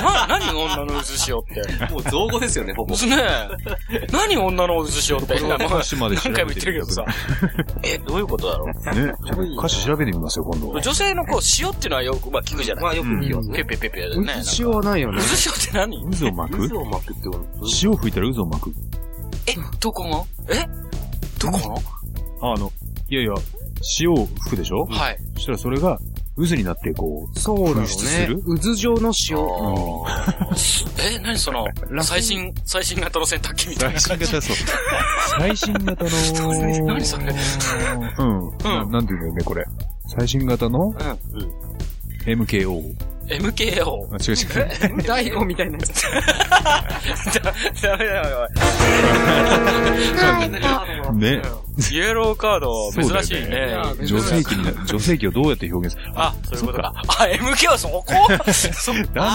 F: な、何女の写しよ
E: (laughs)
F: って。
C: もう造語ですよね、ほぼ。
F: ねえ。何女の写しよって。
E: これは歌詞まで調
F: 何
E: べて
F: 回も言ってるけどさ。え、どういうことだろう。
E: ね。歌詞調べてみますよ、今度。
F: 女性のこう、塩っていうのはよく、まあ聞くじゃない。
C: まあよく聞きます
F: ペ
C: ね。
F: ペペペだよね。なんか
D: 牛はないよね。
F: 渦潮って何
E: 渦を巻く
C: 渦を巻くってこと
E: 潮吹いたら渦を巻く。
F: え、どこのえどこの
E: あの、いやいや、潮を吹くでしょ
F: はい。
E: そしたらそれが渦になってこ
D: そうだろう
E: 噴出する
D: ね。渦状の塩。
E: う。
F: え、何その、
D: 落
F: 最新、最新型の洗濯機みたい
E: 最
F: な感じ。
E: 新型そう。最新型 (laughs) の
F: 何それ
E: うん。ななんていうんだよね、これ。最新型の MKO。
F: MKO。
E: あ、違う違う。
D: 大悟みたいなやつ。
F: ダメだよ、
A: はいと。
E: (laughs) ね。
F: イエローカード、
E: そうだよね
F: 珍しいね。
E: 女性器にな、女性器をどうやって表現する
F: あ、そういうことか。あ、MKO そこそ
E: なんて言えばいいのかわ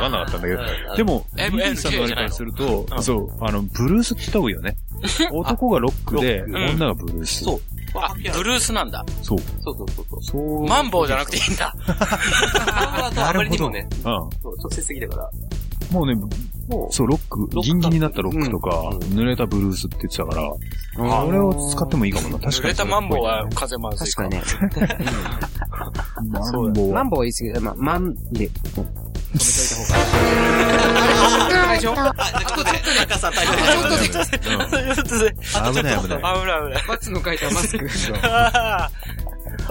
E: かんなかったんだけど。でも、
F: M-
E: リリーさんのあれからすると、そう、あの、ブルースって言った方がいい (laughs) よね。男がロックで、
C: ロ
F: ック
E: 女がブルース。
C: そう
F: あ、ブルースなんだ。
E: そう。
C: そうそうそうそう。
E: そう。
F: マンボウじゃなくていいんだ。
C: ああまりにもね、
E: う
C: そう直接すぎだから。
E: ん。もうね、
C: も
E: そう、ロック、
C: ロックだ
E: ギンギンになったロックとか、
C: うん
E: 濡れたブルースって言ってたから、これを使ってもいいかもな。確
F: 濡
E: か
F: れ
E: に。
F: たマンボウは風まずい
D: 確
F: か
D: からに。ね。
E: マンボウ
D: マ
E: は
D: ンボウは言い過ぎだ。まあ、マンで。
A: はいと。
D: ちょっと
C: (laughs)
D: で、
E: 危ない
F: 危ない危ない。
E: 危ない。
D: バツの書いたマスク。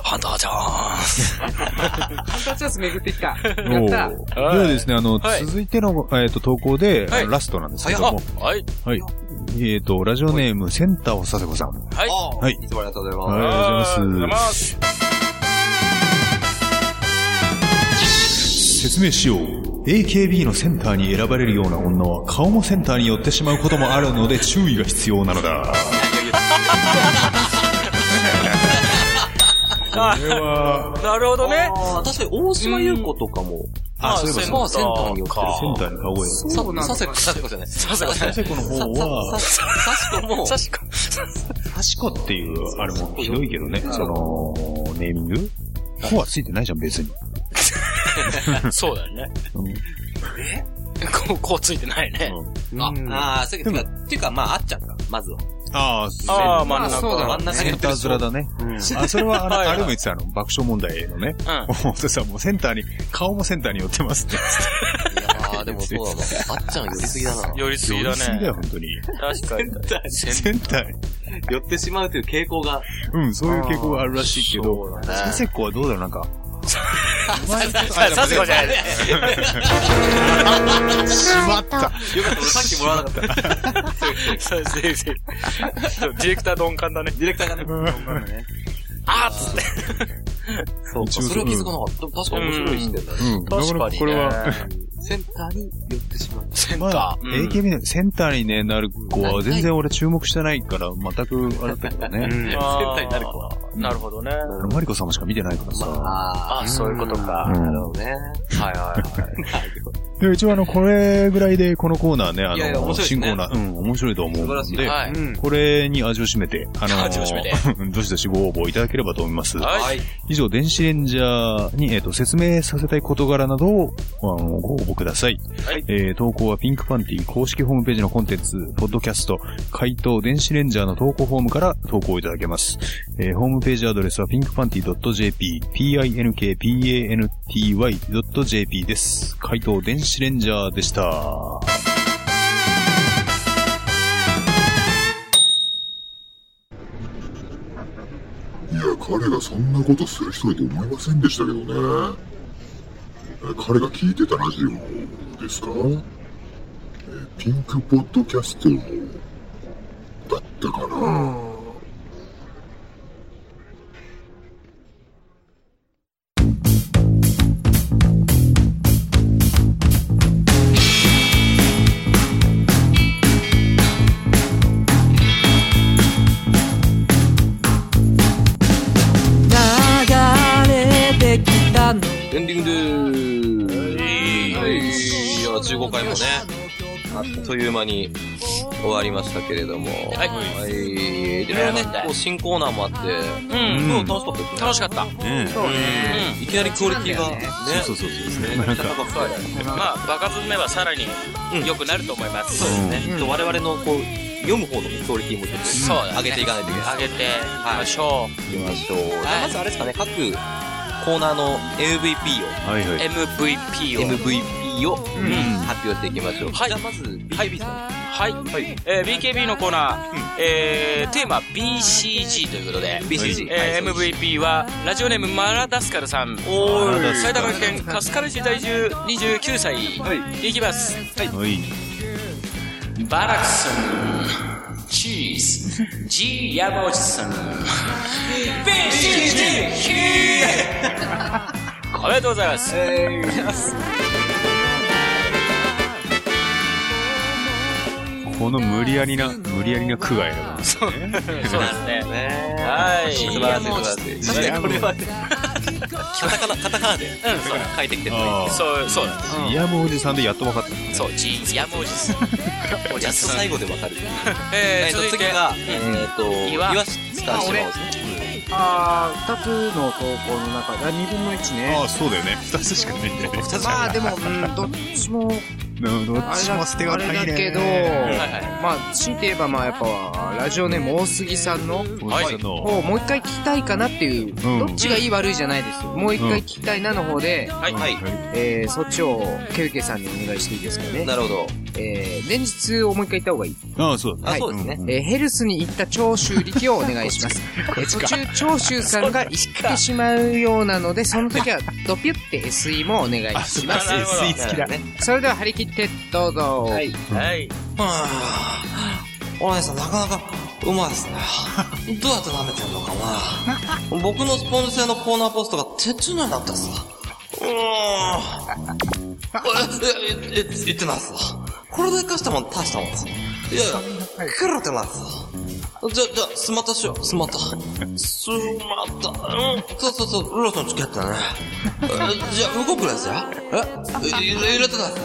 F: ハンターチャ
D: ハンターチャンス巡ってきた。や
E: お
D: っ
E: う
D: た。
E: ではですね、あの、
F: はい
E: 続いての、えっと、投稿で、
F: はい
E: ラストなんですけ
F: ーン
E: ども、
F: あはい。
E: はい。えっと、ラジオネーム、センターおさせこさん。
F: はい。。
E: はい
C: いつもありがとうござい
E: は
C: ま
E: いありがとうございます説明しよう AKB のセンターに選ばれるような女は顔もセンターに寄ってしまうこともあるので注意が必要なのだこれは
F: なるほどね。
C: す。ああ、確かに大島優子とかも、
F: あ
E: そういえば
C: まあセンターによって
F: か
E: センターに顔を寄って
D: そうなの
C: サセコ、サセコじゃない。サ
F: サセコじゃない
E: セコの方は
C: セコも、 (laughs) サセ
E: サシコっていうあれもひどいけどねそのネーミングコはついてないじゃん別に
F: そうだよね。
E: うん
F: こう、こうついてないね。
D: うん
C: ああ、そういうことか。っていうか、まあ、あっちゃんか、まずは。
E: ああ
F: ああ、真ん
D: まあ
F: 中。
D: そうだろ
C: 真ん中に
E: セ
C: や
E: ン
C: って
E: タ
C: る
E: ー面だねあそれはあの
F: はいはい
E: あれも言ってたあの爆笑問題のね
F: うん。
E: (laughs) もうさもうセンターに顔もセンターに寄ってますって
C: ああ、
G: (laughs)
C: でもそうだわ。あっちゃん寄りすぎだな。
F: 寄りすぎだ
E: 寄りすぎだ
F: ね。
E: よ本当に
F: 確かに。
E: センターに。
C: 寄ってしまうという傾向が。
E: うん、そういう傾向があるらしいけど、サセコはどうだろうなんか、
F: サセコじゃない。
E: しまっ
A: は
E: た
C: よかった、俺さっきもらわなかった。
F: (laughs) そうですそうですディレクター鈍感だね。
C: ディレクターがね。
F: あーっつって。
C: そうか、
E: 一応
C: それは気づかなかった。でも確かに面白い視点だね。
E: うん、だ
F: 確
E: か
F: からにね。
E: これは、
C: センターに寄ってしまう。
F: センタ
E: まあ
F: ー。、うん
E: AKB のセンターにね、なる子は全然俺注目してないから、全くあれだったけどね。
C: センタ
F: あー
C: ーになる子は。
F: なるほどね。
E: あのマリコ様しか見てないからさ。
C: あ
F: あーそういうことか。
E: うん
C: なるほどね。
F: はいはいはい。
E: で一応あの、これぐらいでこのコーナーね、あ
C: いやいや面
E: の、
C: 白いです
E: 新
C: ね
E: コーナー、うん、面白いと思う
C: 素晴ら
E: の
C: しい
E: で、
F: はい。
E: これに味を占めて、あの、
F: 味を占めて
E: (laughs) どしどしご応募いただければと思います。
F: はい。
E: 以上、電子レンジャーに、えっと説明させたい事柄などをあのご応募ください、
F: はい
E: えー投稿はピンクパンティ公式ホームページのコンテンツ、ポッドキャスト、回答電子レンジャーの投稿フォームから投稿いただけます。えーホームページアドレスは pinkpanty.jp、pinkpanty.jp です。回答電子レンジャーでした。
I: いや、彼がそんなことする人だと思いませんでしたけどね。え彼が聞いてたラジオですかえピンクポッドキャストだったかな
C: エンディングでーす。いや、15回もね、
G: あっという間に終わりましたけれども。はい。はい。いろいろね、こう新コーナーもあって、うん。今日楽しかったですね。楽しかった。
E: ね
F: そうね
G: うんいきなりクオリティが、ね。
E: そうそうそうそう
G: ね。
E: なんか、
F: まあ、バカ詰めはさらに良くなると思います。
G: そうですね。きっと我々のこう、読む方のクオリティもちょっと
F: そうだ
G: 上
F: ね
G: げていかないといけない。
F: 上げていきましょ
G: う。いきましょう。じゃあまずあれですかね、各コーナーの MVP を。
E: はいはい。
F: MVP を。
G: MVP を
F: ん
G: 発表していきましょう。じゃあまず BKB さん。
F: はい。えー BKB のコーナー、えーテーマ BCG ということで、
G: BCG
F: えー MVP は、ラジオネームマラダスカルさん。
G: マラダスカル
F: 埼玉県春日部市在住29歳。い。きます。
E: はい。
F: バラクソン、チーズ、G 山内さん。BCG! ヒーおめでとうございます。
E: この無理やりな、無理やりな区外だから。
F: そうそうですね。
G: は
F: はい。
G: 素晴らしい素晴らしい。確かにこれはね、カタカナ、カタカナで、
F: うん、そう。
G: 書いてきてる
E: ああ
F: そう、そうなんです。
E: いやもうおじさんでやっと分かったね。
F: そう、G 山内さん。
G: もうやっと最後でわかる。
F: え
G: えー
F: ー、
G: と
F: 続い
G: 次
F: て、
G: が、えっと、
F: 岩
G: 岩下島ですね。
D: あー、二つの投稿の中で、あ二分の一ね
E: あ。あ、そうだよね。二つしかないんだよね。
D: まあでも、うん、どっちも、
E: うんど
D: あ
E: っ
D: れ
E: ち
D: だ
E: も捨てが
D: あ
E: た
D: れ
E: いね。
D: だけど、まあ、強いて言えば、まあやっぱ、ラジオネーム大杉さんの、
E: おじさんの、
D: をもう一回聞きたいかなっていう、
E: うん
D: どっちがいい悪いじゃないですよ。もう一回聞きたいなの方で、
F: はい、はい。
D: えー、そっちをケウケさんにお願いしていいですかね。
G: なるほど。
D: えー、連日をもう一回行った方がいい。
E: ああ、そうだ。
G: あ、そうですね。
D: えー、ヘルスに行った長州力をお願いし (laughs) ます。えー、途中長州さんが行ってしまうようなので、その時はドピュって SE もお願いしま
E: あ、
D: す。
E: スイ好きだね。
D: それでは張り切ってどうぞ。はい。
F: はい。
C: はぁ、お姉さん、なかなか、うまいですね。どうやって舐めてんのかな僕のスポンジ製のコーナーポストが鉄のようになったっすな。うーん。え、え、え、言ってないっすな。これで生かしたもん大したもんです。いやいや、くるってないっすな。じゃ、じゃ、スマタしよう、スマタ。スマタ。うん。そうそうそう、ローソン付き合ってたね。えじゃ、動くやつよ。えゆ揺れてないっす。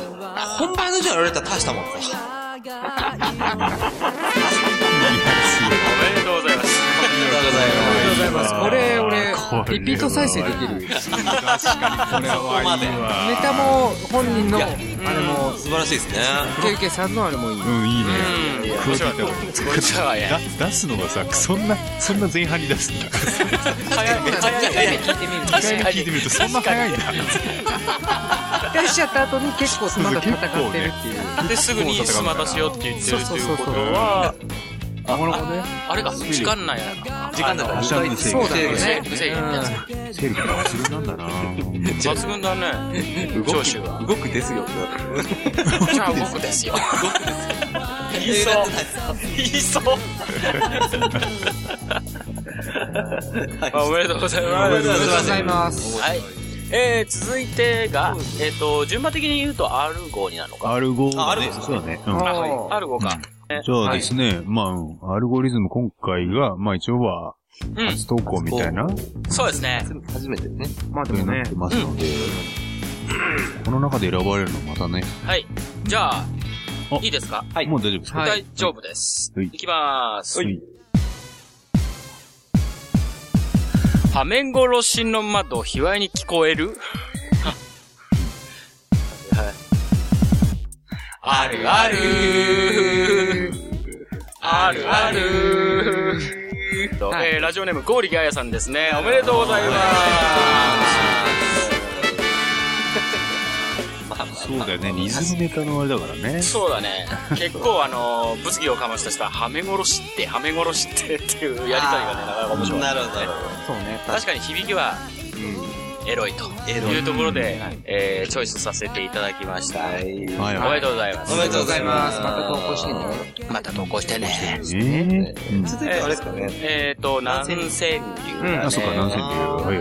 C: 本番のじゃ揺れたら大したもんです。
F: おめでとうございます。
D: これ、俺
E: こ、れ
D: リピート再生できる。
E: これはい
D: ネタも本人の、あれも、
G: 素晴らしいですね。
D: ケウケさんのあれもいい。
E: い。うん、いいね。クオリティ
F: こいつらは
E: だ出すのがさ、そんな、そんな前半に出すんだ。
F: 早い、早い。
D: 聞いてみる。
E: 聞いてみるとそんな早いんだ。
D: 一回しちゃった後に結構まだ戦ってるっていう。
F: で、すぐにスマ出しようって言ってるということは、あれか、時間内やな。
G: 時間だから、
E: 明日の
D: そうだよね。
F: 無制限のやつか
E: セルフが忘れなんだな。
F: 抜群だね。長州は。
G: 動くですよ。
F: じゃあ僕ですよ。言いそう。言いそう。あおめでとうございます。
D: ありがとうございます。
F: はい。えー、続いてが、えっ、と、順番的に言うと R 号になるのか。
E: アルゴ
G: あアル
E: ね
G: ゴ
E: そうだね。うん
D: あ
F: あ、はい。R 号か。
E: じゃあですね、まあうん、アルゴリズム今回が、まあ一応は、
F: うん
E: 初投稿みたいな、
F: そうですね。
G: 初めてね。
D: まあで
E: に
D: も
E: な
D: ね
E: っ、てますので、この中で選ばれるのまたね、
F: はい。じゃあ
E: あ、
F: いいですか
E: もう大丈夫ですか
D: はい
F: 大丈夫です。
E: はい
F: いきまーす。
E: はい。
F: 破面殺しの窓、卑猥に聞こえる (laughs) あるあるあるあるえー、ラジオネーム、ゴーリギアヤさんですね。おめでとうございま
E: そうだよね、リズムネタのあれだからね
F: す。。そうだね。結構、あのー、物議をかましたした、ハメ殺しって、ハメ殺しってっていうやりとりがね、なかなか面白い。
G: なるほど、なるほど。
D: そうね。
F: 確かに響きは、エロいというところで、えーチョイスさせていただきました。
E: はい
F: お
E: は
F: めで
E: い。
F: とうございます。
G: おめでとうございます。
D: また投稿してね。
F: また投稿してね。
E: えーうん
G: 続いてあれですかね。
F: えっ、と、南千流だね。
E: あ、そうか、何千っていう。はいはい。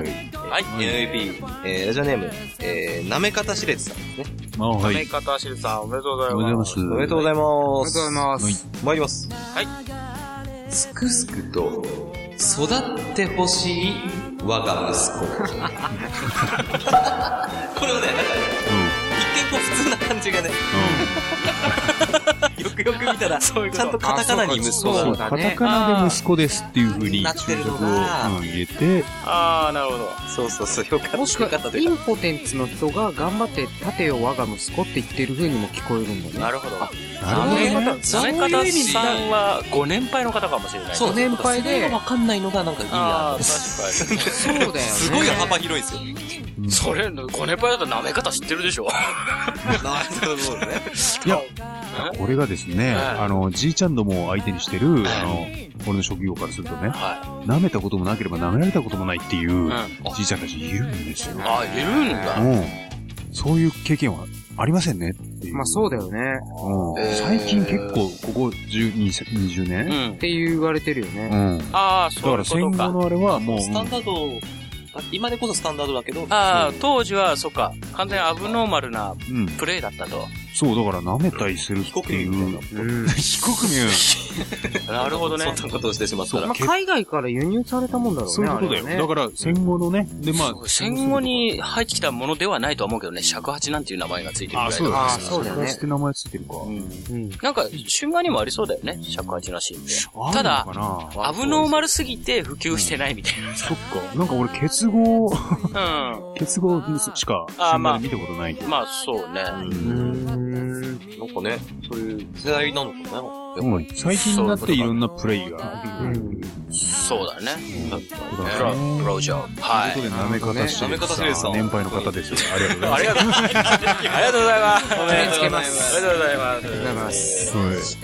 F: はい。
G: MVP、えーラジオネーム、えー、なめかたしれつさんですね。
E: あ、は
F: はいい。。方しるさん、おめでとうござい
E: おめでとうご
F: ます。
E: ざいます。
G: おめでとうござい
D: お
G: ま。
D: めですとうございます。
G: 参ります。
F: はい。
G: すくすくと、育ってほしい、我が息
C: (laughs)
G: 子。これもね、なんか、一見こう普通な感じがね、
E: う
C: く (laughs) よく見たら、ちゃんとカタカナに息子が。
E: そう、カタカナで息子ですっていうふうに注釈をうん入れて、
F: ああ、なるほど。
C: そうそうそう、よかった。
D: もしくは、インポテンツの人が頑張って、盾よ我が息子って言ってる風にも聞こえるんだね。
F: なるほど。
D: なるほどね
F: なめ方さんはご年配の方かもしれない。
C: そう、
D: 年配で
C: それがわかんないのがなんかいい
F: あ
C: な
F: あ、。
C: (laughs)
F: 確かに。
D: そうだよね。
C: すごい幅広いですよ。
F: (laughs) それ、ご年配だと舐め方知ってるでしょ
C: (laughs) なるほどね。
E: いや、これがですね、あの、じいちゃんどもを相手にしてる、あの、俺の職業からするとね、舐めたこともなければ舐められたこともないっていうじいちゃんたちいるんですよ。
F: あ、いるんだ。
E: うん。そういう経験はありませんねっていう。
D: まあそうだよね。
E: うん。最近結構、ここ10 20
F: う
E: 年
F: ん
D: っ。て言われてるよね。
E: うん。だ
F: ああ、
E: か
F: そうい
E: ら
F: うこ
E: 戦
F: と
E: 後
F: か。
E: のあれはもう、
C: スタンダード、あ今でこそスタンダードだけど、
F: ああ、当時は、そっか、完全にアブノーマルな
E: うん。
F: プレイだったと。
E: そう、だから舐めたりするっていう。 (laughs) 非国民。
F: (laughs) なるほどね。
C: そんなことをしてしまったら。
D: まあ海外から輸入されたもんだろうね。
E: そういうことだ
D: あれは
E: よ。だ
D: ね
E: から戦後のね、でまあ、
F: 戦後に入ってきたものではないとは思うけどね、尺八なんていう名前がついてるぐらい
E: あ、
F: だ
E: そうだ
D: あ
E: ね。
D: そうだよね
E: って名前ついてるか。
F: なんか、春画にもありそうだよね、尺八らしいんで。
E: あ
F: ただ
E: あるのかな
F: アブノーマルすぎて普及してないみたい
E: そっか。なんか俺、結合、
F: な。うん。
E: 結合しか、
F: あ
E: あ
F: ー
E: んま
F: まあ
E: り見たことないけど。
F: まあ、そうね。
C: なんかね、そういう世代なのかな。
E: でも最近になっていろんなプレイが。
F: そうだね。
E: プ
F: プロ、プロジョー。
E: と
F: はいい。
E: うことで、舐め方シリーズさ
C: 舐め方シリーズさん
E: 年配の方ですよ。ありがとうござい
F: あ
E: ます
F: りがとうございます。ありがとうございます。おめでとうございます。ありがとうございます。
D: ありがとうございます。
E: は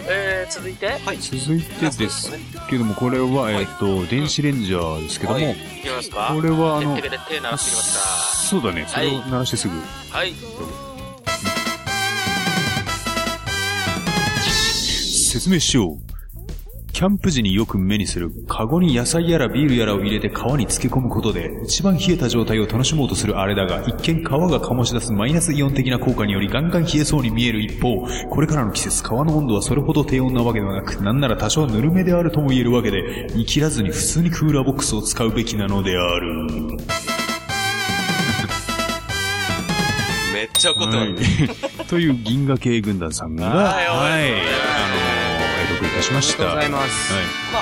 F: えー、続いて
E: い。続いてですけども、これは、えっと、電子レンジャーですけども、
F: いきますか
E: これはあ
F: 手
E: の
F: 手、で手鳴らしてきまし
E: そうだね、それを鳴らしてすぐ。
F: た。はい。
E: 説明しよう。キャンプ時によく目にする、カゴに野菜やらビールやらを入れて皮に漬け込むことで、一番冷えた状態を楽しもうとするあれだが、一見皮が醸し出すマイナスイオン的な効果によりガンガン冷えそうに見える一方、これからの季節、皮の温度はそれほど低温なわけではなく、なんなら多少ぬるめであるとも言えるわけで、煮切らずに普通にクーラーボックスを使うべきなのである。
C: めっちゃ怒って
E: はい
C: る。
E: (laughs) という銀河系軍団さんが、はい、あのー、え得いたしました。
D: あ
E: は
D: り
E: い。
D: がとうございます。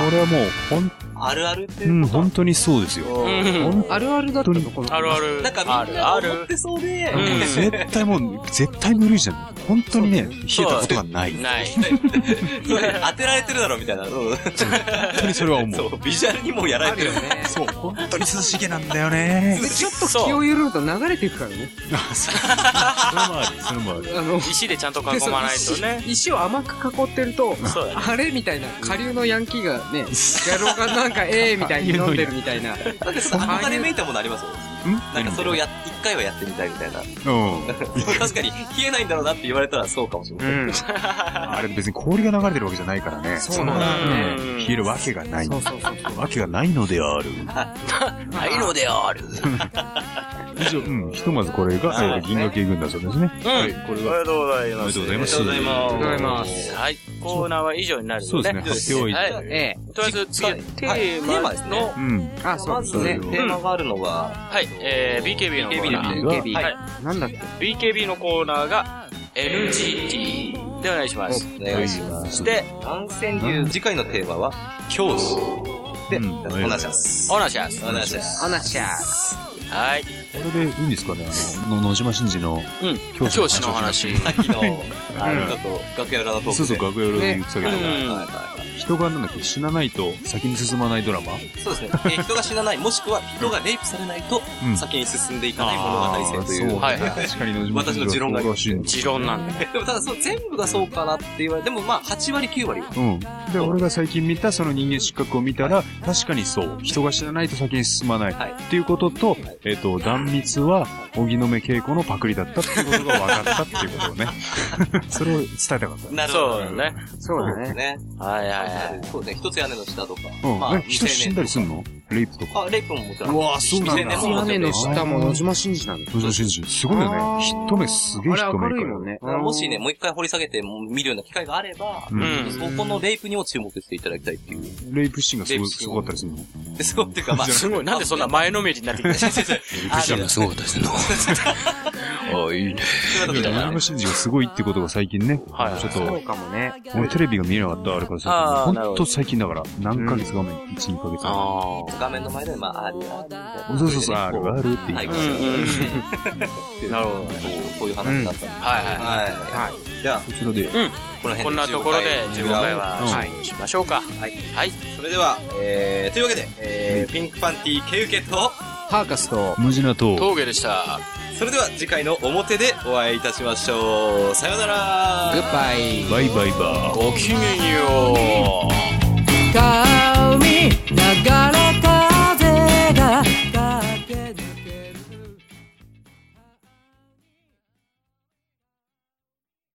E: これはもう、ほん、
C: あるあるっていううんこと。
E: 本当にそうですよ。
F: うん。
D: あるあるだったのこの。
F: あるある。
C: なんか
F: あ
C: みん
F: る
C: な
F: あ
C: 思っ
F: る。
C: てそうで、
F: ん
E: もう絶対もう、絶対無理じゃん。本当にね、冷えたことがない。
F: ない。
C: それ当てられてるだろみたいな。うん
E: 本当にそれは思。
C: そうう、ビジュアルにもやられてるよね。
E: そう、本当に涼しげなんだよね。
D: ちょっと気を緩むと流れていくからね。
E: それもある、それもある。
D: あの、
F: 石でちゃんと囲まないとね。
D: 石石を甘く囲ってると、
F: そうだね。
D: あれみたいな、下流のヤンキーがね、野郎がなんか、ええみたいに飲んでるみたいな。
C: だってさ、憧れめいたものありますよ。なんかそれをや、一回はやってみたいみたいな。
E: うん。
C: 確かに、冷えないんだろうなって言われたらそうかもしれない。
D: ん。
E: あれ別に氷が流れてるわけじゃないからね。
D: そうなん
F: だ
E: のね冷えるわけがない。
D: そうそうそう。
E: わけがないのである。
F: ないのである。
E: 以上、うん、ひとまずこれが、えー銀河系軍団さんですね。はい、これは、
F: がとうござい
E: おめでとうござ
F: ま
E: います。
D: ありがとうございます。
F: す。はい。コーナーは以上になる
E: そう
F: の
E: で
F: です
E: ね、。発表
F: はい
E: い。
D: ええ。
F: とりあえず次、テ
C: はい
F: ーマの、
E: うん。
D: あ、そう
C: ま
D: で
C: ず
D: すね
C: ね、。テーマがあるのが、
F: はい、えー、BKB のコーナー。
E: が
D: AKB。
F: はい
D: なんだっけ
F: BKB のコーナーが NGT でお願いします。
C: お願いしま
F: そ
C: す。
F: して、
C: 男性流、次回のテーマは、教師。で、
E: うん
C: お願いします。
F: オナシャス
C: お。願いします。
D: アナシャ
F: はい。
E: これでいいんですかねあの、の野島真司の
F: うん。
E: 教師
F: 教師の話。
C: さっきの、あの、ちょっと、楽屋裏のトークで。
E: そうそう、楽屋裏で言ってたけど、
F: ねうん
C: はいはいはい
E: 人がなんだっけ、死なないと先に進まないドラマ
C: そうですね。えー人が死なない、もしくは人がレイプされないと
E: うん、
C: 先に進んでいかない物語性という。
E: そう、
F: はいはい
E: 確かに野島真司はそうらしいんだ
F: 持論なんで。
C: でもただそう、全部がそうかなって言われて、でもまあ、8割、9割は。
E: うん。で、俺が最近見たその人間失格を見たら、確かにそう。人が死なないと先に進まない。
C: はい
E: っていうことと、えっ、と、断密は、荻野目恵子のパクリだったっていうことが分かったっていうことをね。それを伝えたかった。
C: な
F: そうだ。ね。
D: そうだね。
C: ね。
F: はいはいは
C: はいそうですね。一つ屋根の下とか。
E: うん。
C: まあ
E: え人死んだりすんのレイプとか。
C: あ、レイプももちろん。
E: うわそうなんだ
C: 未成年も
D: 屋
C: もち
D: 根
C: ろん
D: の下も野島真司なんだ。
E: 野島真司。すごいよ
D: あ
E: ね。
D: ー
E: 一目すげえ
D: あ
E: 一目
D: れ
E: から
D: 明るいもんね。
C: もしね、もう一回掘り下げて見るような機会があれば、
E: うん
F: うん
C: そこのレイプにも注目していただきたいっていう。
E: レイプシーンがす
C: レ
E: ご
C: イ
E: い
C: プシーン
E: すごかったりするの
C: で、そうっていうか、まあ、 (laughs)
F: い。すごい。なんでそんな前のめりになってきた
C: あの
F: すごいですね。
E: (laughs) あいいね。
G: いいね
E: 山信二がすごいってことが最近ね。ちょっと、
D: そうかもね。
E: 俺テレビが見えなかった、あれから
D: あ
E: さ。
D: ー
E: ほ
D: なるほ
E: ん
D: ど
E: と最近だから。何ヶ月画面、1、2ヶ月
G: あ
C: 画面の前で、まあ、あるあるみたいな
E: そうそうそう、あるあるって言います
C: なるほど。こういう話だったん
F: はい
C: ではい。はい。じゃあ、
E: そちらで。
F: うん。
C: この辺で
F: こんなところで15回は
C: うん
F: 終了しましょうか。はい。はい。
C: それでは、えー、というわけで、えー、ピンクパンティー、ケウケと、
D: ハーカスと、
E: 無地なと、
F: 峠でした。
C: それでは次回の表でお会いいたしましょう。さようなら。
D: グッバイ。
E: バイバイバー。
F: ごきげんよう。
B: か